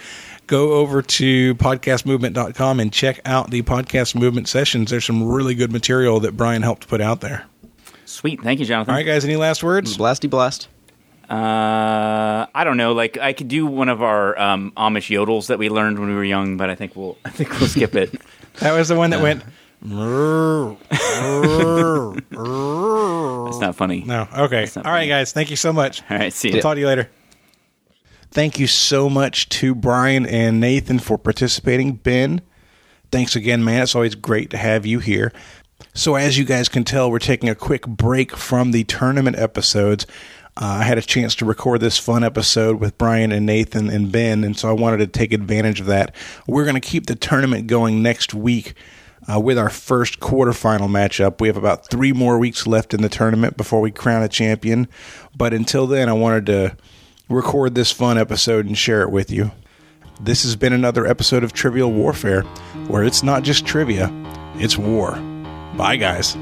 Speaker 2: go over to podcastmovement.com and check out the podcast movement sessions. There's some really good material that Brian helped put out there.
Speaker 3: Sweet. Thank you, Jonathan.
Speaker 2: All right, guys. Any last words?
Speaker 1: Blasty blast.
Speaker 3: Uh, I don't know. Like I could do one of our um, Amish yodels that we learned when we were young, but I think we'll I think we'll skip it.
Speaker 2: That was the one that went.
Speaker 3: It's not funny.
Speaker 2: No. Okay. All
Speaker 3: not
Speaker 2: right,
Speaker 3: funny.
Speaker 2: guys. Thank you so much.
Speaker 3: All right. See
Speaker 2: We'll
Speaker 3: you.
Speaker 2: talk to you later. Thank you so much to Brian and Nathan for participating. Ben, thanks again, man. It's always great to have you here. So, as you guys can tell, we're taking a quick break from the tournament episodes. Uh, I had a chance to record this fun episode with Brian and Nathan and Ben, and so I wanted to take advantage of that. We're going to keep the tournament going next week uh, with our first quarterfinal matchup. We have about three more weeks left in the tournament before we crown a champion. But until then, I wanted to record this fun episode and share it with you. This has been another episode of Trivial Warfare, where it's not just trivia, it's war. Bye, guys.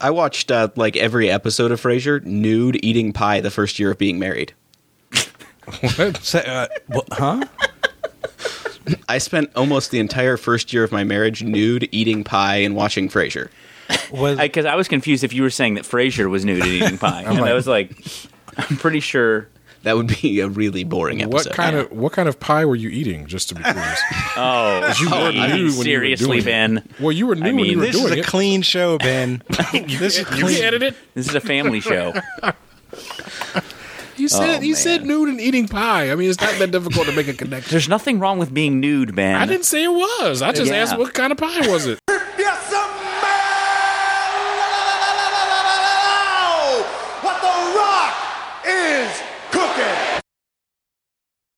Speaker 1: I watched uh, like every episode of Frasier nude eating pie the first year of being married.
Speaker 4: uh,
Speaker 2: huh?
Speaker 1: I spent almost the entire first year of my marriage nude eating pie and watching Frasier.
Speaker 3: Because I, was confused if you were saying that Frasier was nude and eating pie, and I was like, I'm pretty sure.
Speaker 1: That would be a really boring episode.
Speaker 4: What kind of what kind of pie were you eating? Just to be curious.
Speaker 3: Oh,
Speaker 4: You were
Speaker 3: I mean,
Speaker 4: nude when you were
Speaker 3: seriously,
Speaker 4: doing it.
Speaker 3: Ben.
Speaker 4: Well, you were new when
Speaker 3: mean,
Speaker 4: you were
Speaker 2: This is
Speaker 4: doing
Speaker 2: a
Speaker 4: it.
Speaker 2: clean show, Ben. this is
Speaker 4: you
Speaker 2: clean.
Speaker 4: edited it.
Speaker 3: This is a family show.
Speaker 4: You
Speaker 3: Oh,
Speaker 4: said you said
Speaker 3: man.
Speaker 4: nude and eating pie. I mean, it's not that difficult to make a connection.
Speaker 3: There's nothing wrong with being nude, Ben.
Speaker 4: I didn't say it was. I just
Speaker 3: Yeah.
Speaker 4: asked what kind of pie was it.